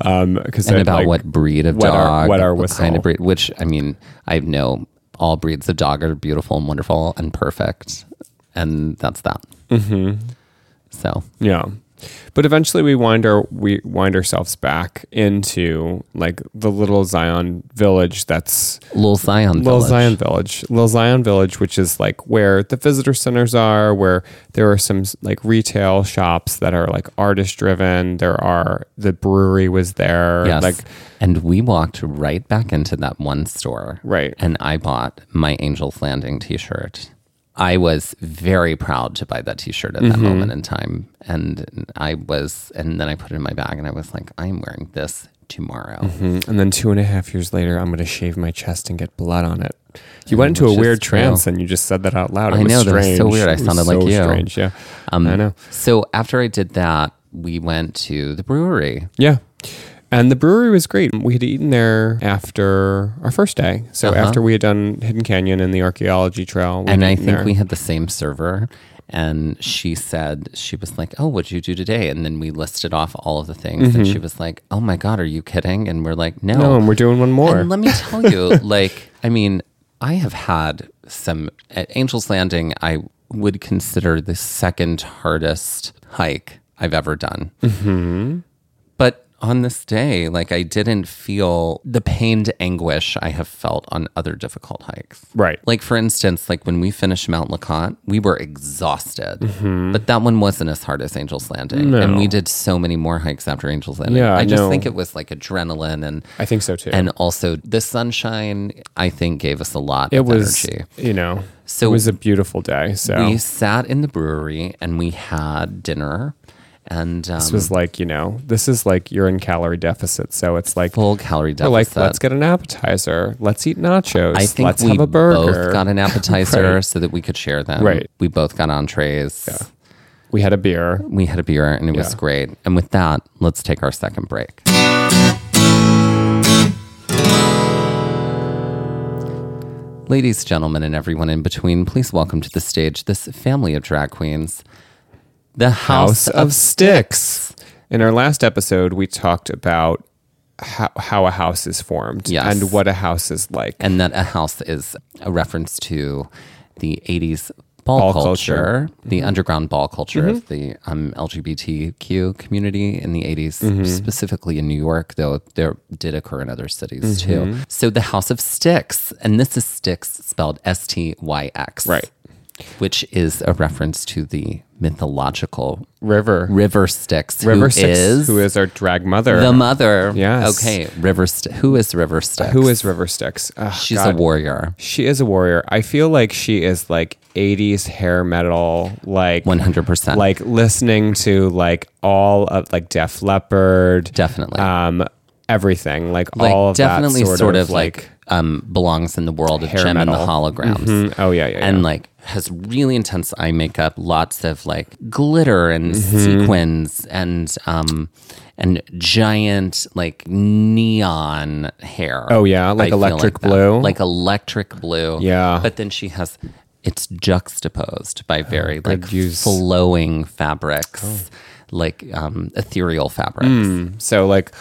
Speaker 2: um, because
Speaker 1: and about what breed of
Speaker 2: wet our-
Speaker 1: dog,
Speaker 2: wet our
Speaker 1: what kind
Speaker 2: whistle.
Speaker 1: of breed. Which I mean, I know all breeds of dog are beautiful and wonderful and perfect, and that's that. Mm-hmm. So
Speaker 2: Yeah. But eventually we wind our we wind ourselves back into like the little Zion village that's
Speaker 1: Little Zion
Speaker 2: Little
Speaker 1: Village.
Speaker 2: Zion Village. Little Zion Village, which is like where the visitor centers are, where there are some like retail shops that are like artist driven. There are the brewery was there.
Speaker 1: Yes.
Speaker 2: Like
Speaker 1: and we walked right back into that one store.
Speaker 2: Right.
Speaker 1: And I bought my Angel's Landing t shirt. I was very proud to buy that t shirt at that
Speaker 2: Mm-hmm.
Speaker 1: moment in time. And I was, and then I put it in my bag and I was like, I'm wearing this tomorrow.
Speaker 2: hmm, and then two and a half years later I'm gonna shave my chest and get blood on it. You went into
Speaker 1: Which
Speaker 2: a
Speaker 1: is
Speaker 2: weird
Speaker 1: true.
Speaker 2: trance and you just said that out loud. It
Speaker 1: I
Speaker 2: was
Speaker 1: know, that was
Speaker 2: strange.
Speaker 1: so weird. I
Speaker 2: It was
Speaker 1: sounded like
Speaker 2: so
Speaker 1: you.
Speaker 2: strange, yeah. I know.
Speaker 1: Um, So after I did that, we went to the brewery.
Speaker 2: Yeah. And the brewery was great. We had eaten there after our first day. So after we had done Hidden Canyon and the archaeology trail. we
Speaker 1: Uh-huh. and
Speaker 2: had
Speaker 1: I
Speaker 2: eaten
Speaker 1: think
Speaker 2: there.
Speaker 1: we had the same server. And she said, she was like, Oh, what'd you do today? And then we listed off all of the things. And she was like, Oh my God, are you kidding? And we're like, No.
Speaker 2: Mm-hmm. No, and we're doing one more.
Speaker 1: And let me tell you, like, I mean, I have had some at Angel's Landing. I would consider the second hardest hike I've ever done. But on this day, like I didn't feel the pained anguish I have felt on other difficult hikes.
Speaker 2: Right.
Speaker 1: Like for instance, like when we finished Mount LeConte, we were exhausted. But that one wasn't as hard as Angel's Landing. And we did so many more hikes after Angel's Landing.
Speaker 2: Yeah,
Speaker 1: I just
Speaker 2: no.
Speaker 1: think it was like adrenaline and
Speaker 2: I think so too.
Speaker 1: and also the sunshine, I think gave us a lot
Speaker 2: it
Speaker 1: of
Speaker 2: was,
Speaker 1: energy.
Speaker 2: you know,
Speaker 1: So-
Speaker 2: it was a beautiful day. So
Speaker 1: We sat in the brewery and we had dinner and um,
Speaker 2: this was like, you know, this is like you're in calorie deficit. So it's like,
Speaker 1: full calorie
Speaker 2: we're like,
Speaker 1: deficit.
Speaker 2: let's get an appetizer. Let's eat nachos.
Speaker 1: I think
Speaker 2: let's
Speaker 1: we
Speaker 2: have a burger.
Speaker 1: both got an appetizer
Speaker 2: Right.
Speaker 1: so that we could share them.
Speaker 2: Right.
Speaker 1: We both got entrees.
Speaker 2: we had a beer.
Speaker 1: We had a beer and it was
Speaker 2: Yeah.
Speaker 1: great. And with that, let's take our second break. Ladies, gentlemen, and everyone in between, please welcome to the stage this family of drag queens, the House,
Speaker 2: House
Speaker 1: of
Speaker 2: of Sticks. In our last episode, we talked about how, how a house is formed
Speaker 1: Yes.
Speaker 2: and what a house is like.
Speaker 1: and that a house is a reference to the 80s
Speaker 2: Ball
Speaker 1: ball, culture,
Speaker 2: culture. Mm-hmm.
Speaker 1: the underground ball culture of the um, LGBTQ community in the 80s,
Speaker 2: Mm-hmm.
Speaker 1: specifically in New York, though there did occur in other cities
Speaker 2: Mm-hmm.
Speaker 1: too. So the House of Sticks, and this is Styx spelled S T Y X.
Speaker 2: Right.
Speaker 1: Which is a reference to the mythological
Speaker 2: River.
Speaker 1: River Styx,
Speaker 2: River
Speaker 1: who
Speaker 2: Styx,
Speaker 1: is
Speaker 2: who is our drag mother.
Speaker 1: the mother.
Speaker 2: Yes.
Speaker 1: Okay. River. St- who is River Styx?
Speaker 2: who is River Styx? Ugh,
Speaker 1: She's
Speaker 2: God.
Speaker 1: a warrior.
Speaker 2: She is a warrior. I feel like she is like 80s hair metal, like
Speaker 1: 100%.
Speaker 2: like listening to like all of like Def Leppard,
Speaker 1: Definitely.
Speaker 2: um, everything, like,
Speaker 1: like
Speaker 2: all of
Speaker 1: definitely
Speaker 2: that sort,
Speaker 1: of, like, um belongs in the world of
Speaker 2: hair
Speaker 1: Jim and the
Speaker 2: metal.
Speaker 1: holograms.
Speaker 2: Mm, oh yeah, yeah, yeah.
Speaker 1: And like has really intense eye makeup, lots of like glitter and
Speaker 2: Mm-hmm.
Speaker 1: sequins and um and giant like neon hair.
Speaker 2: Oh, yeah, like
Speaker 1: feel
Speaker 2: electric
Speaker 1: that.
Speaker 2: blue?
Speaker 1: Like electric blue.
Speaker 2: Yeah. Oh,
Speaker 1: But then she has it's juxtaposed by very like
Speaker 2: use. Oh.
Speaker 1: flowing fabrics. Like um, ethereal fabrics.
Speaker 2: Hmm. so like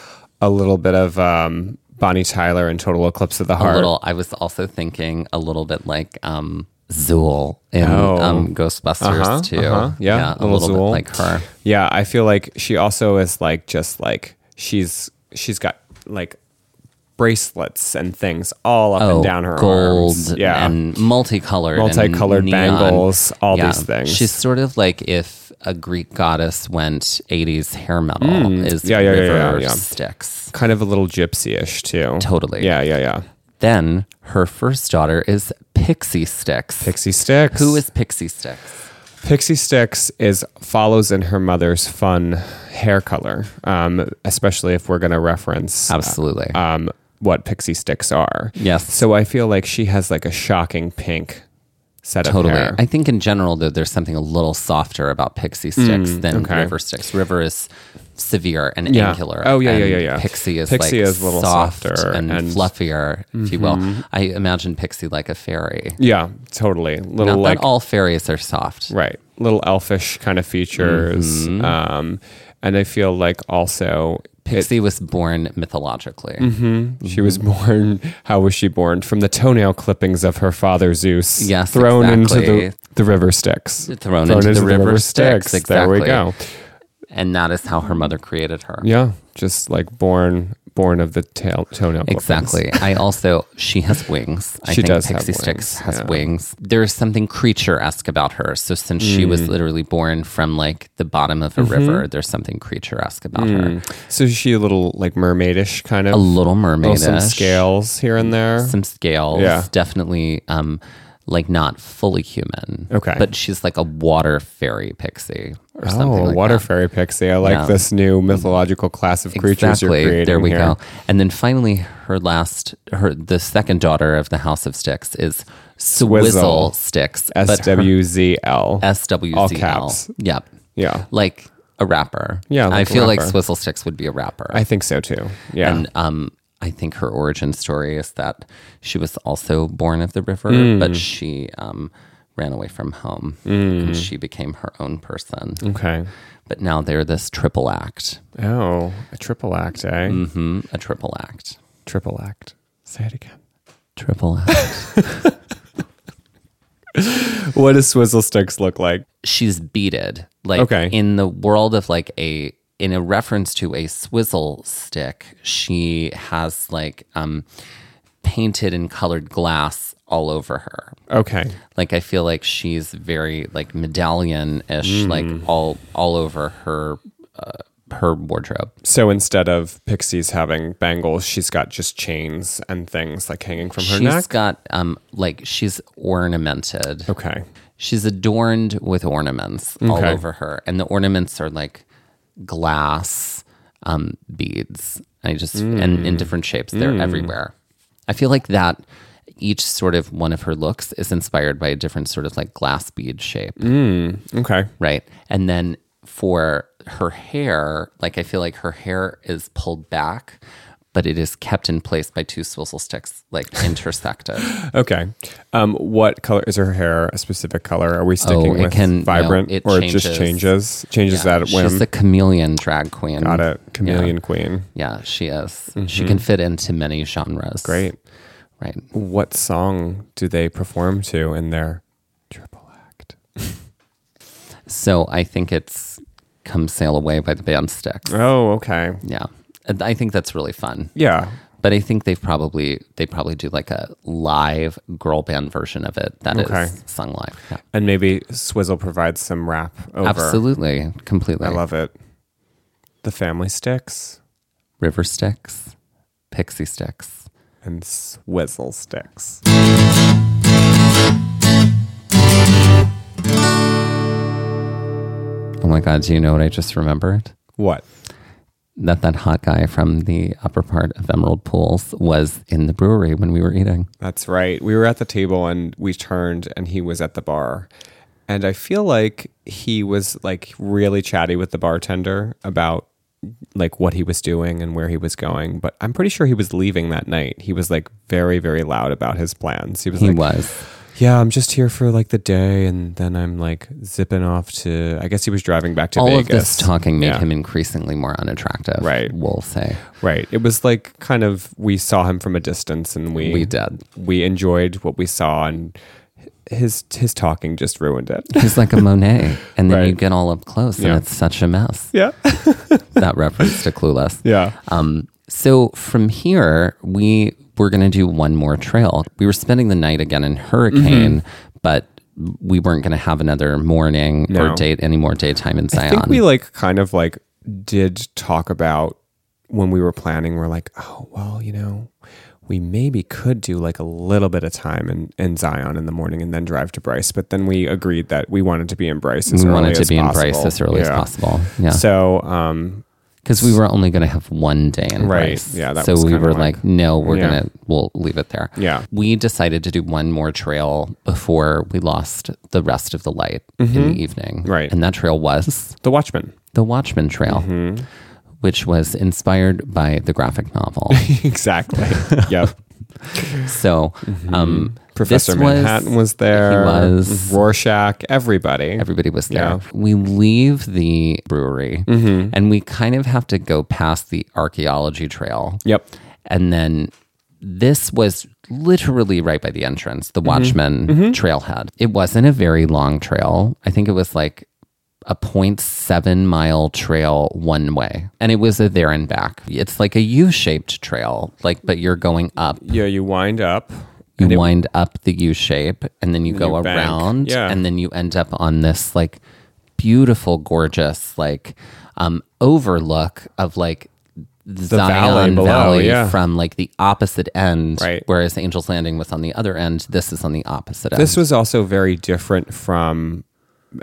Speaker 2: a little bit of um, Bonnie Tyler and Total Eclipse of the
Speaker 1: a
Speaker 2: Heart.
Speaker 1: little i was also thinking a little bit like um zool in
Speaker 2: Oh.
Speaker 1: um ghostbusters too
Speaker 2: uh-huh. Yeah,
Speaker 1: a
Speaker 2: little
Speaker 1: little bit
Speaker 2: Zool.
Speaker 1: like her
Speaker 2: Yeah, I feel like she also is like just like she's she's got like bracelets and things all up and down her
Speaker 1: Oh, gold
Speaker 2: arms. Yeah.
Speaker 1: and multicolored and
Speaker 2: Multicolored
Speaker 1: neon.
Speaker 2: bangles, all these things.
Speaker 1: she's sort of like if a greek goddess went 80s hair metal is
Speaker 2: Hmm. Yeah, yeah, yeah,
Speaker 1: river
Speaker 2: yeah, yeah.
Speaker 1: sticks
Speaker 2: kind of a little gypsy-ish too.
Speaker 1: Totally.
Speaker 2: Yeah, yeah, yeah.
Speaker 1: then her first daughter is pixie sticks
Speaker 2: Pixie Sticks.
Speaker 1: who is pixie sticks
Speaker 2: Pixie Sticks is follows in her mother's fun hair color, um, especially if we're going to reference
Speaker 1: absolutely
Speaker 2: um, what pixie sticks are.
Speaker 1: Yes.
Speaker 2: So I feel like she has like a shocking pink set
Speaker 1: Totally.
Speaker 2: of hair.
Speaker 1: I think in general, though, there's something a little softer about pixie sticks than
Speaker 2: Mm, okay.
Speaker 1: river sticks. River is severe and
Speaker 2: Yeah.
Speaker 1: angular.
Speaker 2: Oh, yeah, yeah,
Speaker 1: and
Speaker 2: yeah, yeah.
Speaker 1: Pixie is
Speaker 2: Pixie
Speaker 1: like
Speaker 2: is a little
Speaker 1: soft
Speaker 2: softer
Speaker 1: and,
Speaker 2: and- Mm-hmm.
Speaker 1: fluffier, if you will. I imagine pixie like a fairy.
Speaker 2: yeah, totally. Little
Speaker 1: Not
Speaker 2: like
Speaker 1: that all fairies are soft.
Speaker 2: right, little elfish kind of features. Um, and I feel like also it,
Speaker 1: Mm-hmm. Pixie was born mythologically.
Speaker 2: Mm-hmm. she was born. How was she born? From the toenail clippings of her father Zeus.
Speaker 1: Yes,
Speaker 2: thrown into the
Speaker 1: exactly.
Speaker 2: the river Styx.
Speaker 1: Thrown into the river Styx,
Speaker 2: There we
Speaker 1: exactly.
Speaker 2: go.
Speaker 1: And that is how her mother created her.
Speaker 2: Yeah, just like born born of the tail toenail. clippings.
Speaker 1: Exactly. I also she has wings. I
Speaker 2: She
Speaker 1: think
Speaker 2: does have
Speaker 1: Pixie
Speaker 2: wings,
Speaker 1: Sticks has
Speaker 2: yeah.
Speaker 1: wings. There's something creature esque about her. So since she
Speaker 2: Mm.
Speaker 1: was literally born from like the bottom of a
Speaker 2: Mm-hmm.
Speaker 1: river, there's something creature esque about her.
Speaker 2: So is she a little like mermaidish kind of
Speaker 1: A little
Speaker 2: Well,
Speaker 1: mermaid.
Speaker 2: some scales here and there.
Speaker 1: Some scales.
Speaker 2: Yeah.
Speaker 1: Definitely um like not fully human.
Speaker 2: Okay.
Speaker 1: But she's like a water fairy pixie or something
Speaker 2: oh,
Speaker 1: like
Speaker 2: water
Speaker 1: that.
Speaker 2: fairy pixie. I like
Speaker 1: Yeah.
Speaker 2: this new mythological class of creatures you're creating.
Speaker 1: There we
Speaker 2: here.
Speaker 1: go. And then finally, her last, her the second daughter of the House of Sticks is Swizzle
Speaker 2: Swizzle.
Speaker 1: Sticks.
Speaker 2: S W Z L.
Speaker 1: S W
Speaker 2: All
Speaker 1: Z L.
Speaker 2: caps.
Speaker 1: Yep.
Speaker 2: Yeah.
Speaker 1: Like a rapper.
Speaker 2: Yeah, like
Speaker 1: I
Speaker 2: a
Speaker 1: feel like
Speaker 2: rapper.
Speaker 1: Swizzle Sticks would be a rapper.
Speaker 2: I think so too. Yeah.
Speaker 1: And um, I think her origin story is that she was also born of the river,
Speaker 2: Mm.
Speaker 1: but she um, ran away from home and she became her own person.
Speaker 2: okay.
Speaker 1: But now they're this triple act,
Speaker 2: Oh, a triple act, eh?
Speaker 1: hmm a triple act.
Speaker 2: Triple act. Say it again.
Speaker 1: Triple act.
Speaker 2: what do swizzle sticks look like?
Speaker 1: she's beaded like
Speaker 2: Okay.
Speaker 1: in the world of like a in a reference to a swizzle stick she has like um painted and colored glass all over her
Speaker 2: Okay.
Speaker 1: like i feel like she's very like
Speaker 2: Mm.
Speaker 1: medallion-ish like all all over her uh, her wardrobe
Speaker 2: So instead of Pixie's having bangles, she's got just chains and things like hanging from her
Speaker 1: She's
Speaker 2: neck.
Speaker 1: got um like she's ornamented
Speaker 2: okay.
Speaker 1: She's adorned with ornaments all
Speaker 2: Okay.
Speaker 1: over her, and the ornaments are like glass um, beads. I just and
Speaker 2: Mm.
Speaker 1: in different shapes, they're everywhere. I feel like that each sort of one of her looks is inspired by a different sort of like glass bead shape,
Speaker 2: Mm. Okay.
Speaker 1: right? And then for her hair, like I feel like her hair is pulled back, but it is kept in place by two swizzle sticks, like intersected.
Speaker 2: Okay. Um, what color is her hair? A specific color? Are we sticking
Speaker 1: Oh, it
Speaker 2: with
Speaker 1: can-
Speaker 2: vibrant,
Speaker 1: no, it
Speaker 2: or it
Speaker 1: changes.
Speaker 2: just changes? Changes that at whim.
Speaker 1: She's the chameleon drag queen.
Speaker 2: got it. Chameleon queen.
Speaker 1: Yeah, she is. She can fit into many genres.
Speaker 2: Mm-hmm. Great.
Speaker 1: Right.
Speaker 2: What song do they perform to in their triple act?
Speaker 1: So I think it's Come Sail Away by the Band Sticks.
Speaker 2: Oh, okay.
Speaker 1: Yeah. And I think that's really fun.
Speaker 2: Yeah.
Speaker 1: But I think they've probably they probably do like a live girl band version of it that is
Speaker 2: Okay.
Speaker 1: sung live. Yeah.
Speaker 2: And maybe Swizzle provides some rap over.
Speaker 1: Absolutely. Completely.
Speaker 2: I love it. The family sticks
Speaker 1: River Sticks, Pixie Sticks.
Speaker 2: and Swizzle sticks.
Speaker 1: Oh my god, do you know what I just remembered?
Speaker 2: What?
Speaker 1: That that hot guy from the upper part of Emerald Pools was in the brewery when we were eating.
Speaker 2: That's right. We were at the table and we turned and he was at the bar. And I feel like he was like really chatty with the bartender about like what he was doing and where he was going, but I'm pretty sure he was leaving that night. He was like very very loud about his plans. He was
Speaker 1: He
Speaker 2: like
Speaker 1: was.
Speaker 2: Yeah, I'm just here for like the day, and then I'm like zipping off to. I guess he was driving back to
Speaker 1: all
Speaker 2: Vegas.
Speaker 1: of this talking made
Speaker 2: Yeah.
Speaker 1: him increasingly more unattractive.
Speaker 2: Right.
Speaker 1: We'll say
Speaker 2: Right. It was like kind of we saw him from a distance, and we
Speaker 1: we did.
Speaker 2: we enjoyed what we saw, and his his talking just ruined it.
Speaker 1: He's like a Monet, and then
Speaker 2: Right.
Speaker 1: you get all up close,
Speaker 2: Yeah.
Speaker 1: and it's such a mess.
Speaker 2: yeah.
Speaker 1: That reference to Clueless.
Speaker 2: Yeah.
Speaker 1: Um. So from here, we were going to do one more trail. We were spending the night again in Hurricane, but we weren't going to have another morning or
Speaker 2: Mm-hmm. No.
Speaker 1: date any more daytime in Zion.
Speaker 2: I think we like kind of like did talk about when we were planning. We're like, oh well, you know, we maybe could do like a little bit of time in, in Zion in the morning and then drive to Bryce. But then we agreed that we wanted to be in Bryce. As
Speaker 1: We
Speaker 2: early
Speaker 1: wanted to
Speaker 2: as
Speaker 1: be in
Speaker 2: possible.
Speaker 1: Bryce as early as
Speaker 2: Yeah.
Speaker 1: possible. Yeah.
Speaker 2: So, um,
Speaker 1: because we were only going to have one day in
Speaker 2: Right.
Speaker 1: Bryce.
Speaker 2: Yeah, that
Speaker 1: so
Speaker 2: was
Speaker 1: we
Speaker 2: kinda
Speaker 1: were
Speaker 2: like-
Speaker 1: like, no, we're
Speaker 2: Yeah.
Speaker 1: gonna we'll leave it there.
Speaker 2: Yeah.
Speaker 1: we decided to do one more trail before we lost the rest of the light in the evening.
Speaker 2: Mm-hmm. Right.
Speaker 1: and that trail was
Speaker 2: The Watchmen.
Speaker 1: the Watchman Trail,
Speaker 2: Mm-hmm.
Speaker 1: which was inspired by the graphic novel.
Speaker 2: exactly. yep.
Speaker 1: so, um,
Speaker 2: Mm-hmm. Professor
Speaker 1: this
Speaker 2: Manhattan was there.
Speaker 1: He was.
Speaker 2: Rorschach. Everybody.
Speaker 1: Everybody was there.
Speaker 2: Yeah. Mm-hmm.
Speaker 1: We leave the brewery and we kind of have to go past the archaeology trail.
Speaker 2: Yep.
Speaker 1: And then this was literally right by the entrance, the Watchman trailhead. It wasn't a very long trail. I think it was like a 0.7 mile trail one way. And it was a there and back. It's like a U shaped trail, like, but you're going up.
Speaker 2: Yeah. You wind up.
Speaker 1: You wind up the U shape and then you go
Speaker 2: you bank.
Speaker 1: around
Speaker 2: Yeah.
Speaker 1: and then you end up on this like beautiful, gorgeous, like um, overlook of like the
Speaker 2: valley
Speaker 1: Zion
Speaker 2: below,
Speaker 1: Valley
Speaker 2: yeah.
Speaker 1: from like the opposite end.
Speaker 2: Right.
Speaker 1: Whereas Angel's Landing was on the other end. This is on the opposite
Speaker 2: This
Speaker 1: end.
Speaker 2: was also very different from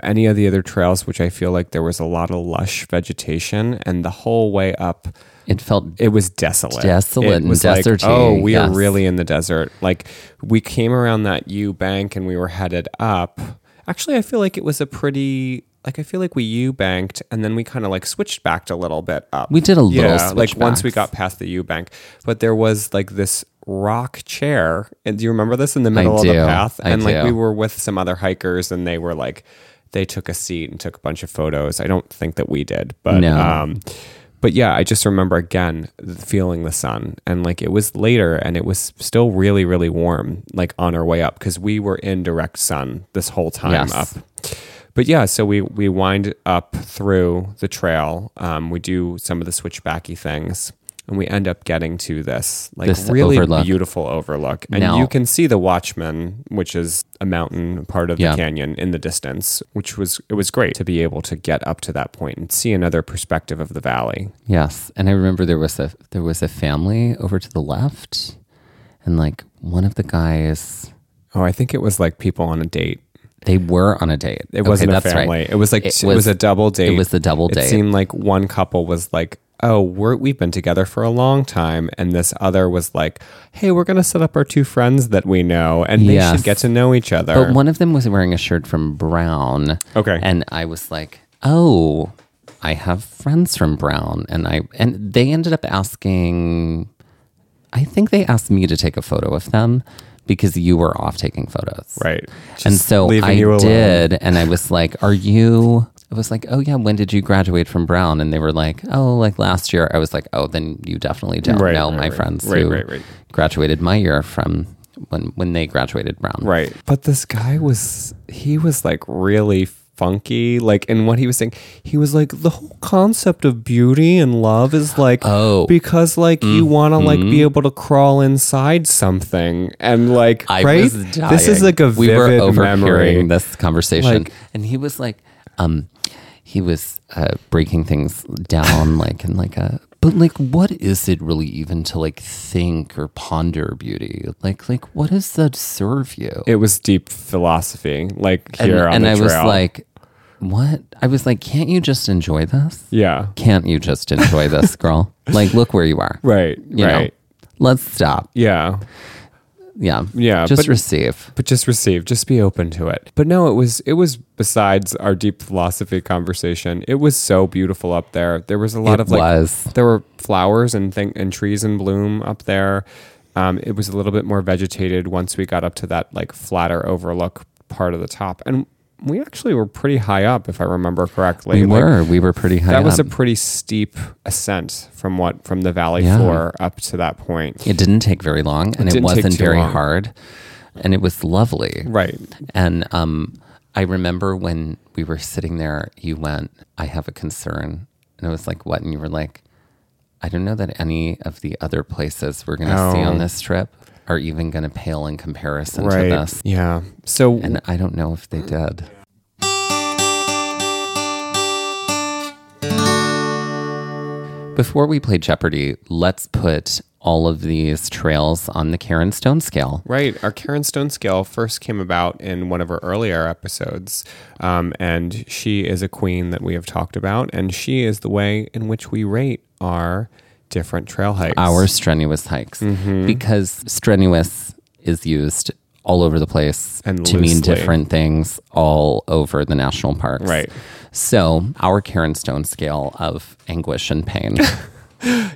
Speaker 2: any of the other trails, which I feel like there was a lot of lush vegetation, and the whole way up,
Speaker 1: It felt
Speaker 2: it was desolate.
Speaker 1: Desolate
Speaker 2: it
Speaker 1: and
Speaker 2: was like,
Speaker 1: deserty,
Speaker 2: oh, we
Speaker 1: yes.
Speaker 2: are really in the desert. Like we came around that U bank and we were headed up. Actually, I feel like it was a pretty like I feel like we U banked and then we kind of like switched back a little bit up.
Speaker 1: We did a little
Speaker 2: like once we
Speaker 1: switchbacks.
Speaker 2: got past the U bank, but there was like this rock chair. And do you remember this in the middle of the
Speaker 1: do.
Speaker 2: path?
Speaker 1: I
Speaker 2: and like
Speaker 1: do.
Speaker 2: we were with some other hikers and they were like they took a seat and took a bunch of photos. I don't think that we did, but
Speaker 1: No.
Speaker 2: um But yeah, I just remember again feeling the sun. And like it was later and it was still really, really warm, like on our way up, because we were in direct sun this whole time
Speaker 1: Yes.
Speaker 2: up. But yeah, so we, we wind up through the trail. Um, we do some of the switchbacky things and we end up getting to this like
Speaker 1: This
Speaker 2: really
Speaker 1: overlook.
Speaker 2: beautiful overlook. And
Speaker 1: Now-
Speaker 2: you can see the Watchman, which is a mountain part of
Speaker 1: Yeah.
Speaker 2: the canyon in the distance, which was it was great to be able to get up to that point and see another perspective of the valley.
Speaker 1: Yes, and I remember there was a there was a family over to the left, and like one of the guys,
Speaker 2: Oh, I think it was like people on a date.
Speaker 1: they were on a date.
Speaker 2: It wasn't a
Speaker 1: that's right.
Speaker 2: family. It was like
Speaker 1: It
Speaker 2: it was,
Speaker 1: was-
Speaker 2: a double date.
Speaker 1: it was the double
Speaker 2: It
Speaker 1: date.
Speaker 2: seemed like one couple was like, "Oh, we're we've been together for a long time," and this other was like, "Hey, we're gonna set up our two friends that we know, and they
Speaker 1: Yes.
Speaker 2: should get to know each other."
Speaker 1: But one of them was wearing a shirt from Brown.
Speaker 2: Okay.
Speaker 1: And I was like, oh, I have friends from Brown. And I and they ended up asking I think they asked me to take a photo of them because you were off taking photos.
Speaker 2: right?
Speaker 1: and
Speaker 2: Just
Speaker 1: so
Speaker 2: leaving
Speaker 1: I
Speaker 2: you alone.
Speaker 1: did, and I was like, "Are you?" I was like, "Oh yeah, when did you graduate from Brown?" And they were like, "Oh, like last year." I was like, "Oh, then you definitely don't
Speaker 2: Right,
Speaker 1: know
Speaker 2: right,
Speaker 1: my
Speaker 2: right.
Speaker 1: friends
Speaker 2: Right,
Speaker 1: who
Speaker 2: right, right.
Speaker 1: graduated my year from when when they graduated Brown."
Speaker 2: Right. But this guy was, he was like really funky. Like, in what he was saying, he was like, the whole concept of beauty and love is like,
Speaker 1: Oh. Mm-hmm.
Speaker 2: because like you want to like be able to crawl inside something. And like,
Speaker 1: I
Speaker 2: right?
Speaker 1: was dying.
Speaker 2: This is like a vivid
Speaker 1: we were overhearing
Speaker 2: memory.
Speaker 1: this conversation,
Speaker 2: Like-
Speaker 1: and he was like, um, he was uh, breaking things down, like in like a. But like, what is it really even to like think or ponder beauty? Like, like what does that serve you?
Speaker 2: it was deep philosophy, like
Speaker 1: and
Speaker 2: here on
Speaker 1: and
Speaker 2: the
Speaker 1: I was
Speaker 2: trail.
Speaker 1: like, what? I was like, can't you just enjoy this?
Speaker 2: yeah,
Speaker 1: Can't you just enjoy this, girl? Like, look where you are.
Speaker 2: right,
Speaker 1: You know,
Speaker 2: right.
Speaker 1: let's stop.
Speaker 2: Yeah.
Speaker 1: Yeah.
Speaker 2: Yeah,
Speaker 1: Just
Speaker 2: but-
Speaker 1: receive.
Speaker 2: but just receive just be open to it but no it was it was besides our deep philosophy conversation it was so beautiful up there there was a lot
Speaker 1: It
Speaker 2: of like
Speaker 1: was.
Speaker 2: there were flowers and thing and trees in bloom up there um, it was a little bit more vegetated once we got up to that like flatter overlook part of the top and we actually were pretty high up if i remember correctly
Speaker 1: We
Speaker 2: Like,
Speaker 1: were. We were pretty high
Speaker 2: that was a
Speaker 1: up.
Speaker 2: pretty steep ascent from what from the valley
Speaker 1: Yeah.
Speaker 2: floor up to that point
Speaker 1: It didn't take very long, and
Speaker 2: didn't
Speaker 1: it,
Speaker 2: take
Speaker 1: wasn't
Speaker 2: too
Speaker 1: very
Speaker 2: long.
Speaker 1: hard, and it was lovely.
Speaker 2: right
Speaker 1: And um, I remember when we were sitting there, you went, "I have a concern," and I was like, "What?" And you were like, "I don't know that any of the other places we're going to see on
Speaker 2: Oh.
Speaker 1: this trip are even going to pale in comparison to
Speaker 2: right
Speaker 1: this."
Speaker 2: yeah so
Speaker 1: And I don't know if they did. Before we play Jeopardy, let's put all of these trails on the Karen Stone scale.
Speaker 2: Right. Our Karen Stone scale first came about in one of her earlier episodes. Um, and she is a queen that we have talked about. And she is the way in which we rate our different trail hikes.
Speaker 1: Our strenuous hikes,
Speaker 2: Mm-hmm.
Speaker 1: because strenuous is used all over the place
Speaker 2: And
Speaker 1: to mean
Speaker 2: loosely.
Speaker 1: different things all over the national parks.
Speaker 2: Right.
Speaker 1: So, our Karen Stone scale of anguish and pain.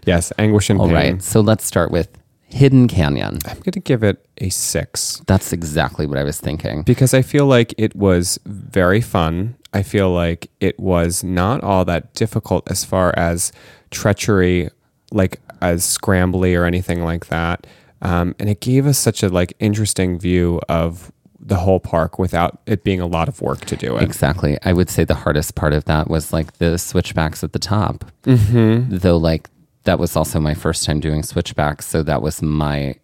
Speaker 2: Yes. Anguish and
Speaker 1: all
Speaker 2: pain.
Speaker 1: right. So, let's start with Hidden Canyon.
Speaker 2: I'm going to give it a six
Speaker 1: That's exactly what I was thinking.
Speaker 2: because I feel like it was very fun. I feel like it was not all that difficult as far as treachery, like as scrambly or anything like that. Um, and it gave us such a like interesting view of the whole park without it being a lot of work to do it.
Speaker 1: Exactly. I would say the hardest part of that was like the switchbacks at the top. Mm-hmm. Though, like, that was also my first time doing switchbacks. So, that was my.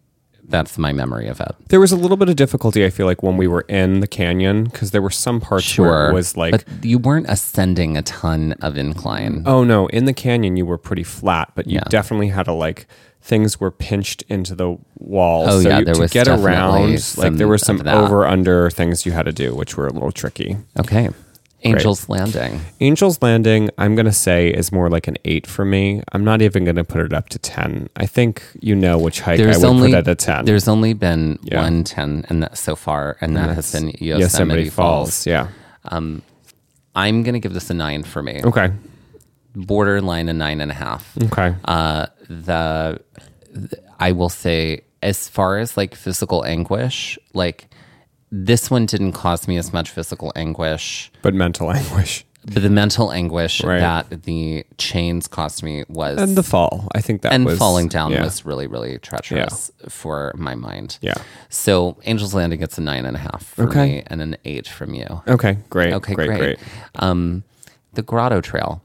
Speaker 1: That's my memory of it.
Speaker 2: There was a little bit of difficulty, I feel like, when we were in the canyon because there were some parts where
Speaker 1: Sure.
Speaker 2: it was like.
Speaker 1: but you weren't ascending a ton of incline.
Speaker 2: Oh no, in the canyon you were pretty flat, but you
Speaker 1: Yeah.
Speaker 2: definitely had to like things were pinched into the wall.
Speaker 1: Oh,
Speaker 2: so
Speaker 1: yeah,
Speaker 2: you,
Speaker 1: there
Speaker 2: to
Speaker 1: was
Speaker 2: get
Speaker 1: definitely
Speaker 2: around, like
Speaker 1: some
Speaker 2: there were
Speaker 1: of
Speaker 2: some
Speaker 1: that.
Speaker 2: over under things you had to do, which were a little tricky.
Speaker 1: Okay. Angel's Landing.
Speaker 2: Angel's Landing, I'm gonna say, is more like an eight for me. I'm not even gonna put it up to ten. I think you know which hike I
Speaker 1: There's
Speaker 2: would
Speaker 1: only
Speaker 2: put at a ten.
Speaker 1: there's only been
Speaker 2: Yeah.
Speaker 1: one ten, and that so far, and, that has been Yosemite, Falls.
Speaker 2: Yeah.
Speaker 1: I'm gonna give this a nine for me.
Speaker 2: Okay.
Speaker 1: borderline a nine and a half.
Speaker 2: Okay.
Speaker 1: Uh, the, th- I will say, as far as like physical anguish, like this one didn't cause me as much physical anguish,
Speaker 2: but mental anguish.
Speaker 1: But the mental anguish
Speaker 2: Right.
Speaker 1: that the chains cost me was
Speaker 2: and the fall. I think that
Speaker 1: and
Speaker 2: was
Speaker 1: falling down
Speaker 2: yeah.
Speaker 1: was really really treacherous for my mind.
Speaker 2: Yeah.
Speaker 1: So Angel's Landing gets a nine and a half from
Speaker 2: Okay.
Speaker 1: me and an eight from you.
Speaker 2: okay. Great.
Speaker 1: Okay,
Speaker 2: great,
Speaker 1: great.
Speaker 2: great.
Speaker 1: Um, the Grotto Trail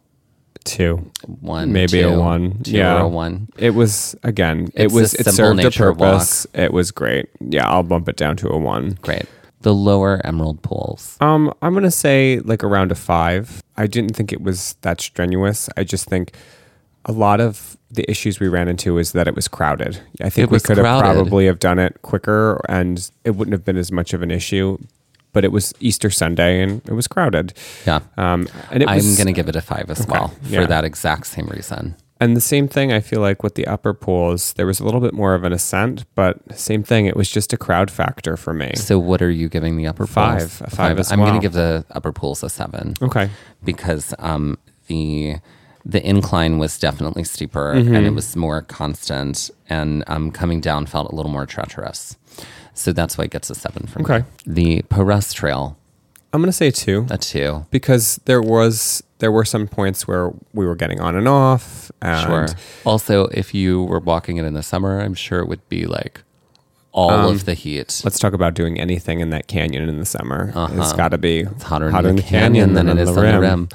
Speaker 2: Two,
Speaker 1: one,
Speaker 2: maybe a
Speaker 1: two,
Speaker 2: one.
Speaker 1: two
Speaker 2: yeah,
Speaker 1: or a one.
Speaker 2: It was again. it
Speaker 1: It's
Speaker 2: was.
Speaker 1: a
Speaker 2: It
Speaker 1: simple
Speaker 2: served a
Speaker 1: nature walk.
Speaker 2: purpose. It was great. Yeah, I'll bump it down to a one.
Speaker 1: Great. The Lower Emerald Pools.
Speaker 2: Um, I'm gonna say like around a five. I didn't think it was that strenuous. I just think a lot of the issues we ran into is that it was crowded. I think
Speaker 1: It
Speaker 2: we
Speaker 1: was
Speaker 2: could
Speaker 1: crowded.
Speaker 2: have probably have done it quicker, and it wouldn't have been as much of an issue. But it was Easter Sunday, and it was crowded.
Speaker 1: Yeah.
Speaker 2: Um, and it was,
Speaker 1: I'm going to give it a five as well
Speaker 2: yeah.
Speaker 1: for that exact same reason.
Speaker 2: And the same thing, I feel like with the upper pools, there was a little bit more of an ascent, but same thing. It was just a crowd factor for me.
Speaker 1: So, what are you giving the upper pools?
Speaker 2: Five. A five as
Speaker 1: I'm going
Speaker 2: well.
Speaker 1: to give the upper pools a seven.
Speaker 2: Okay.
Speaker 1: because um, the the incline was definitely steeper and it
Speaker 2: Mm-hmm.
Speaker 1: was more constant, and um, coming down felt a little more treacherous. So that's why it gets a seven from
Speaker 2: Okay.
Speaker 1: me. The Perez Trail,
Speaker 2: I'm going to say two
Speaker 1: a two.
Speaker 2: because there was there were some points where we were getting on and off. And
Speaker 1: Sure. Also, if you were walking it in the summer, I'm sure it would be like all
Speaker 2: Um,
Speaker 1: of the heat.
Speaker 2: Let's talk about doing anything in that canyon in the summer. It's got to be
Speaker 1: Uh-huh. It's hotter, in the, canyon, than, it is on the rim.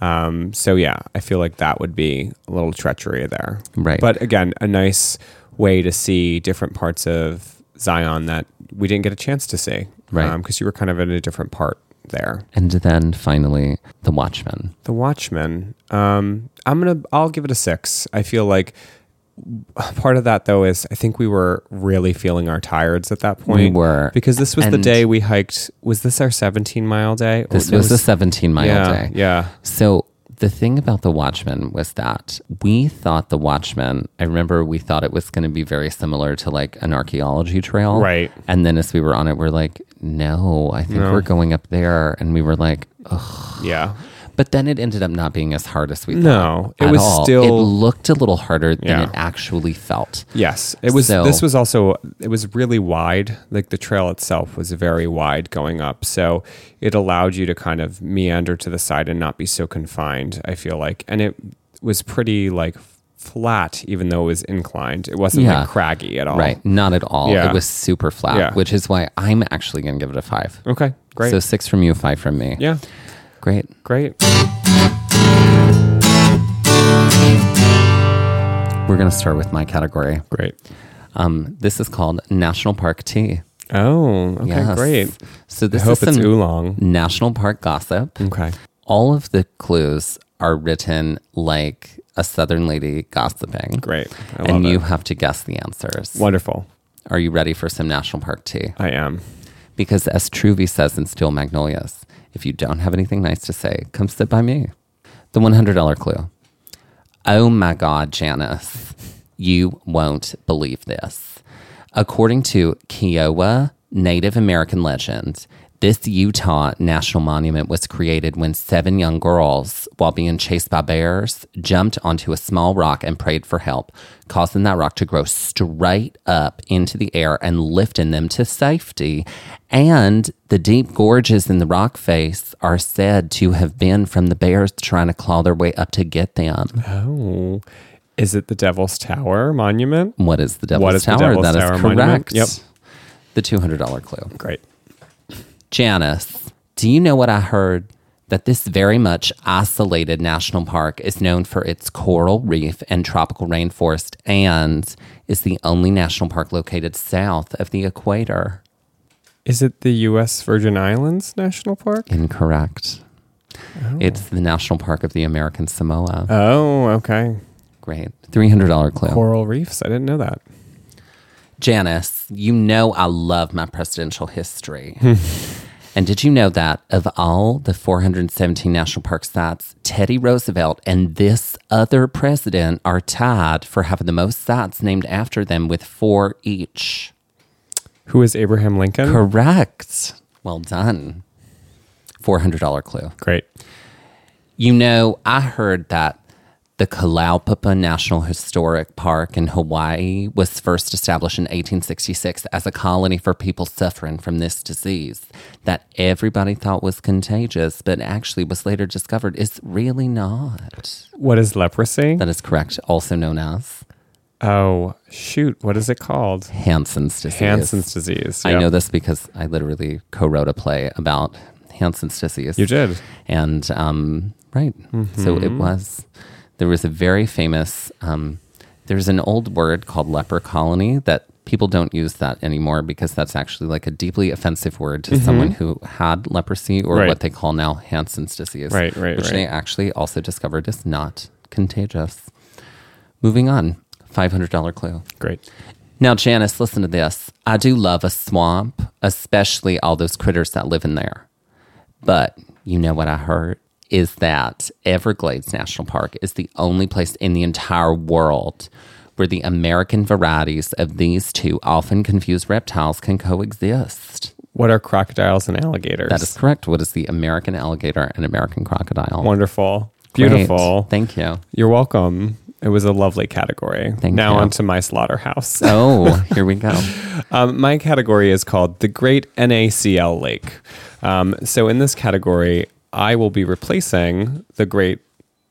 Speaker 2: Um, so yeah, I feel like that would be a little treachery there.
Speaker 1: Right.
Speaker 2: But again, a nice way to see different parts of Zion that we didn't get a chance to see.
Speaker 1: Right.
Speaker 2: Because you were kind of in a different part there.
Speaker 1: And then finally, the Watchman.
Speaker 2: The Watchmen. Um, I'm gonna. I'll give it a six. I feel like part of that though is I think we were really feeling our tires at that point.
Speaker 1: were.
Speaker 2: because this was the
Speaker 1: And-
Speaker 2: day we hiked. Was this our 17 mile day? Or
Speaker 1: This
Speaker 2: no,
Speaker 1: was a 17 mile
Speaker 2: yeah,
Speaker 1: day.
Speaker 2: yeah.
Speaker 1: So the thing about the Watchmen was that we thought the Watchmen. I remember we thought it was going to be very similar to like an archaeology trail,
Speaker 2: Right.
Speaker 1: And then as we were on it, we're like, no, I think we're going up there, and we were like, Ugh.
Speaker 2: Yeah.
Speaker 1: but then it ended up not being as hard as we thought.
Speaker 2: No, it
Speaker 1: at
Speaker 2: was
Speaker 1: all.
Speaker 2: still-
Speaker 1: It looked a little harder than
Speaker 2: Yeah.
Speaker 1: it actually felt.
Speaker 2: Yes, it was.
Speaker 1: So-
Speaker 2: this was also it was really wide. Like the trail itself was very wide going up, so it allowed you to kind of meander to the side and not be so confined. I feel like, and it was pretty like flat, even though it was inclined. It wasn't
Speaker 1: Yeah.
Speaker 2: like craggy at all.
Speaker 1: Right, not at all.
Speaker 2: Oh. Yeah.
Speaker 1: It was super flat,
Speaker 2: Yeah.
Speaker 1: which is why I'm actually going to give it a five.
Speaker 2: Okay. Great.
Speaker 1: So six from you, five from me.
Speaker 2: yeah.
Speaker 1: Great.
Speaker 2: Great.
Speaker 1: We're going to start with my category.
Speaker 2: Great.
Speaker 1: Um, this is called National Park Tea.
Speaker 2: Oh. Okay.
Speaker 1: Yes.
Speaker 2: Great.
Speaker 1: So this
Speaker 2: I hope
Speaker 1: is
Speaker 2: it's
Speaker 1: some
Speaker 2: oolong.
Speaker 1: National Park gossip.
Speaker 2: Okay.
Speaker 1: All of the clues are written like a Southern lady gossiping.
Speaker 2: Great. I love
Speaker 1: and you
Speaker 2: it.
Speaker 1: have to guess the answers.
Speaker 2: Wonderful.
Speaker 1: Are you ready for some National Park tea?
Speaker 2: I am.
Speaker 1: Because as Truvy says in Steel Magnolias, if you don't have anything nice to say, come sit by me. The $100 clue. Oh my God, Janice, you won't believe this. According to Kiowa Native American legend, this Utah National Monument was created when seven young girls, while being chased by bears, jumped onto a small rock and prayed for help, causing that rock to grow straight up into the air and lifting them to safety. And the deep gorges in the rock face are said to have been from the bears trying to claw their way up to get them.
Speaker 2: Oh. Is it the Devil's Tower Monument?
Speaker 1: What is the Devil's
Speaker 2: What is the
Speaker 1: Tower?
Speaker 2: Devil's
Speaker 1: That is
Speaker 2: Tower monument?
Speaker 1: correct.
Speaker 2: Yep.
Speaker 1: The $200 clue.
Speaker 2: Great.
Speaker 1: Janice, do you know what I heard? That this very much isolated national park is known for its coral reef and tropical rainforest and is the only national park located south of the equator.
Speaker 2: Is it the U.S. Virgin Islands National Park?
Speaker 1: Incorrect. It's the National Park of the American Samoa.
Speaker 2: Oh, okay.
Speaker 1: Great. $300 clue.
Speaker 2: Coral reefs. I didn't know that.
Speaker 1: Janice, you know I love my presidential history. and did you know that of all the 417 national park sites, Teddy Roosevelt and this other president are tied for having the most sites named after them with four each?
Speaker 2: Who is Abraham Lincoln?
Speaker 1: Correct. Well done. $400 clue.
Speaker 2: Great.
Speaker 1: You know, I heard that The Kalaupapa National Historic Park in Hawaii was first established in 1866 as a colony for people suffering from this disease that everybody thought was contagious, but actually was later discovered is really not.
Speaker 2: What is leprosy?
Speaker 1: That is correct, also known as
Speaker 2: Oh, shoot. What is it called?
Speaker 1: Hansen's disease.
Speaker 2: Hansen's disease.
Speaker 1: I
Speaker 2: Yep.
Speaker 1: know this because I literally co wrote a play about Hansen's disease.
Speaker 2: You did.
Speaker 1: and um, right.
Speaker 2: Mm-hmm.
Speaker 1: So it was. There was a very famous. Um, there's an old word called leper colony that people don't use that anymore because that's actually like a deeply offensive word to someone who had leprosy or
Speaker 2: Mm-hmm. Right.
Speaker 1: what they call now Hansen's disease,
Speaker 2: Right, right,
Speaker 1: which they
Speaker 2: right.
Speaker 1: actually also discovered is not contagious. Moving on, five hundred dollar clue.
Speaker 2: Great.
Speaker 1: Now, Janice, listen to this. I do love a swamp, especially all those critters that live in there. But you know what I heard? Is that Everglades National Park is the only place in the entire world where the American varieties of these two often confused reptiles can coexist.
Speaker 2: What are crocodiles and alligators?
Speaker 1: That is correct. What is the American alligator and American crocodile?
Speaker 2: wonderful.
Speaker 1: Great.
Speaker 2: Beautiful.
Speaker 1: Thank you.
Speaker 2: You're welcome. It was a lovely category.
Speaker 1: Thank
Speaker 2: now
Speaker 1: you.
Speaker 2: on to my slaughterhouse.
Speaker 1: Oh, here we go.
Speaker 2: Um, my category is called the Great NACL Lake. Um, so in this category, I will be replacing the Great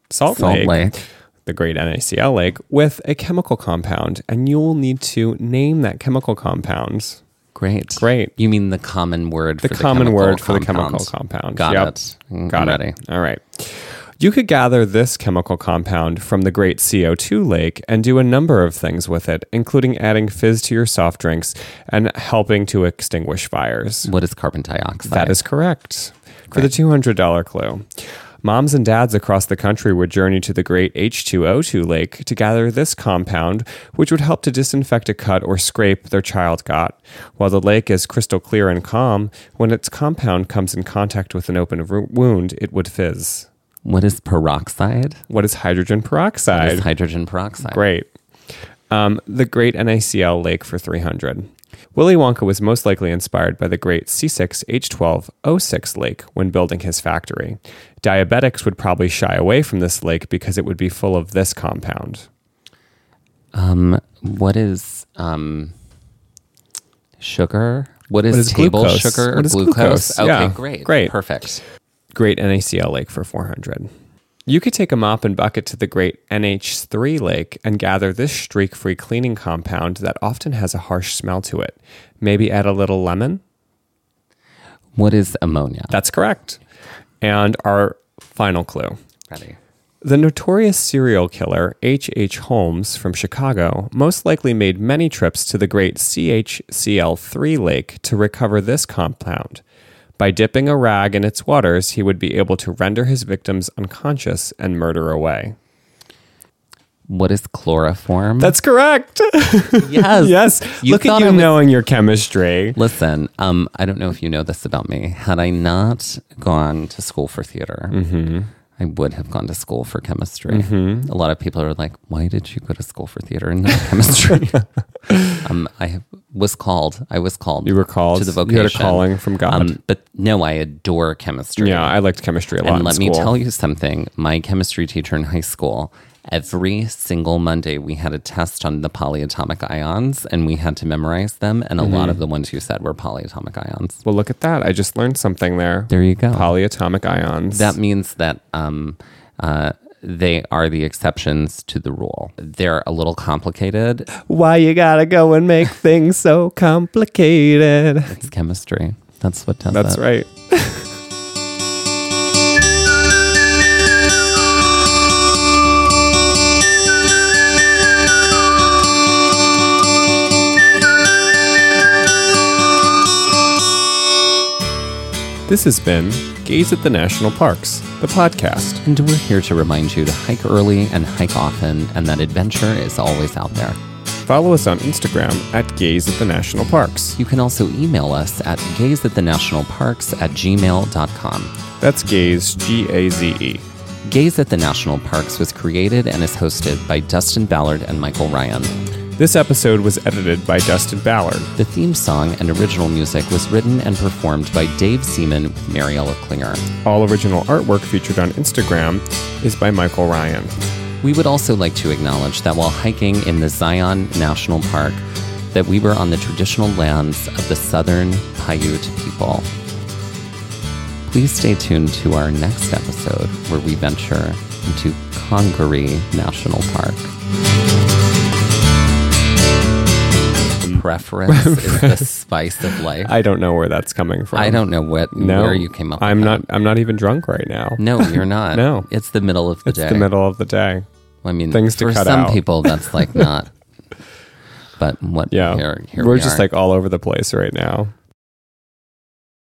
Speaker 2: Salt,
Speaker 1: Salt
Speaker 2: Lake,
Speaker 1: Lake.
Speaker 2: the Great NACL Lake, with a chemical compound, and you will need to name that chemical compound.
Speaker 1: Great.
Speaker 2: Great.
Speaker 1: You mean the common word
Speaker 2: The,
Speaker 1: for
Speaker 2: common
Speaker 1: chemical
Speaker 2: word for the
Speaker 1: compound.
Speaker 2: chemical compound.
Speaker 1: Got
Speaker 2: Yep.
Speaker 1: it. Mm,
Speaker 2: Got
Speaker 1: I'm
Speaker 2: it.
Speaker 1: ready.
Speaker 2: All right. You could gather this chemical compound from the great CO2 lake and do a number of things with it, including adding fizz to your soft drinks and helping to extinguish fires.
Speaker 1: What is carbon dioxide?
Speaker 2: That is correct. For the $200 clue, moms and dads across the country would journey to the great H2O2 lake to gather this compound, which would help to disinfect a cut or scrape their child got. While the lake is crystal clear and calm, when its compound comes in contact with an open ru- wound, it would fizz.
Speaker 1: What is peroxide?
Speaker 2: What is hydrogen peroxide?
Speaker 1: It's hydrogen peroxide.
Speaker 2: Great. Um, the Great NACL Lake for 300. Willy Wonka was most likely inspired by the great C6H12O6 lake when building his factory. Diabetics would probably shy away from this lake because it would be full of this compound.
Speaker 1: Um, what is um, sugar? What is,
Speaker 2: What is
Speaker 1: table
Speaker 2: glucose?
Speaker 1: sugar or
Speaker 2: What is
Speaker 1: glucose?
Speaker 2: glucose?
Speaker 1: Okay,
Speaker 2: Yeah.
Speaker 1: great.
Speaker 2: Great.
Speaker 1: Perfect.
Speaker 2: Great NACL Lake for 400. You could take a mop and bucket to the great NH3 lake and gather this streak free cleaning compound that often has a harsh smell to it. Maybe add a little lemon?
Speaker 1: What is ammonia?
Speaker 2: That's correct. And our final clue.
Speaker 1: Ready.
Speaker 2: The notorious serial killer H. H. Holmes from Chicago most likely made many trips to the great CHCl3 lake to recover this compound. By dipping a rag in its waters, he would be able to render his victims unconscious and murder away.
Speaker 1: What is chloroform?
Speaker 2: That's correct.
Speaker 1: yes.
Speaker 2: yes.
Speaker 1: You
Speaker 2: Look at
Speaker 1: thought I
Speaker 2: you
Speaker 1: was-
Speaker 2: knowing your chemistry.
Speaker 1: Listen, um, I don't know if you know this about me. Had I not gone to school for theater,
Speaker 2: Mm-hmm.
Speaker 1: I would have gone to school for chemistry. A lot of people are like, "Why did you go to school for theater and not chemistry?" um, I have- was called. I was called.
Speaker 2: You were called?
Speaker 1: to the
Speaker 2: You had a
Speaker 1: vocation. Um,
Speaker 2: calling from God?
Speaker 1: but no, I adore chemistry.
Speaker 2: Yeah, I liked chemistry a lot.
Speaker 1: And
Speaker 2: in
Speaker 1: let me
Speaker 2: school.
Speaker 1: tell you something. My chemistry teacher in high school, every single Monday, we had a test on the polyatomic ions and we had to memorize them. And a
Speaker 2: Mm-hmm.
Speaker 1: lot of the ones you said were polyatomic ions.
Speaker 2: Well, look at that. I just learned something there.
Speaker 1: There you go.
Speaker 2: Polyatomic ions.
Speaker 1: That means that um, uh, they are the exceptions to the rule. They're a little complicated.
Speaker 2: Why you gotta go and make things so complicated?
Speaker 1: It's chemistry. That's what does
Speaker 2: That's
Speaker 1: it.
Speaker 2: right. This has been Gaze at the National Parks, the podcast.
Speaker 1: And we're here to remind you to hike early and hike often, and that adventure is always out there.
Speaker 2: Follow us on Instagram at Gaze at the National Parks.
Speaker 1: You can also email us at gazeatthenationalparks at gmail.com.
Speaker 2: That's Gaze, G A Z E.
Speaker 1: Gaze at the National Parks was created and is hosted by Dustin Ballard and Michael Ryan.
Speaker 2: This episode was edited by Dustin Ballard.
Speaker 1: The theme song and original music was written and performed by Dave Seaman with Mariella Klinger.
Speaker 2: All original artwork featured on Instagram is by Michael Ryan.
Speaker 1: We would also like to acknowledge that while hiking in the Zion National Park, that we were on the traditional lands of the Southern Paiute people. Please stay tuned to our next episode where we venture into Congaree National Park. Preference is the spice of life.
Speaker 2: I don't know where that's coming from.
Speaker 1: I don't know what
Speaker 2: No,
Speaker 1: where you came up.
Speaker 2: I'm
Speaker 1: with
Speaker 2: not.
Speaker 1: that.
Speaker 2: I'm not even drunk right now.
Speaker 1: No, you're not.
Speaker 2: No.
Speaker 1: it's the middle of the
Speaker 2: it's
Speaker 1: day.
Speaker 2: the middle of the day.
Speaker 1: I mean,
Speaker 2: Things to
Speaker 1: for
Speaker 2: cut
Speaker 1: some
Speaker 2: out.
Speaker 1: people, that's like not. But what?
Speaker 2: Yeah,
Speaker 1: Here, here
Speaker 2: we're
Speaker 1: we
Speaker 2: just
Speaker 1: are.
Speaker 2: like all over the place right now.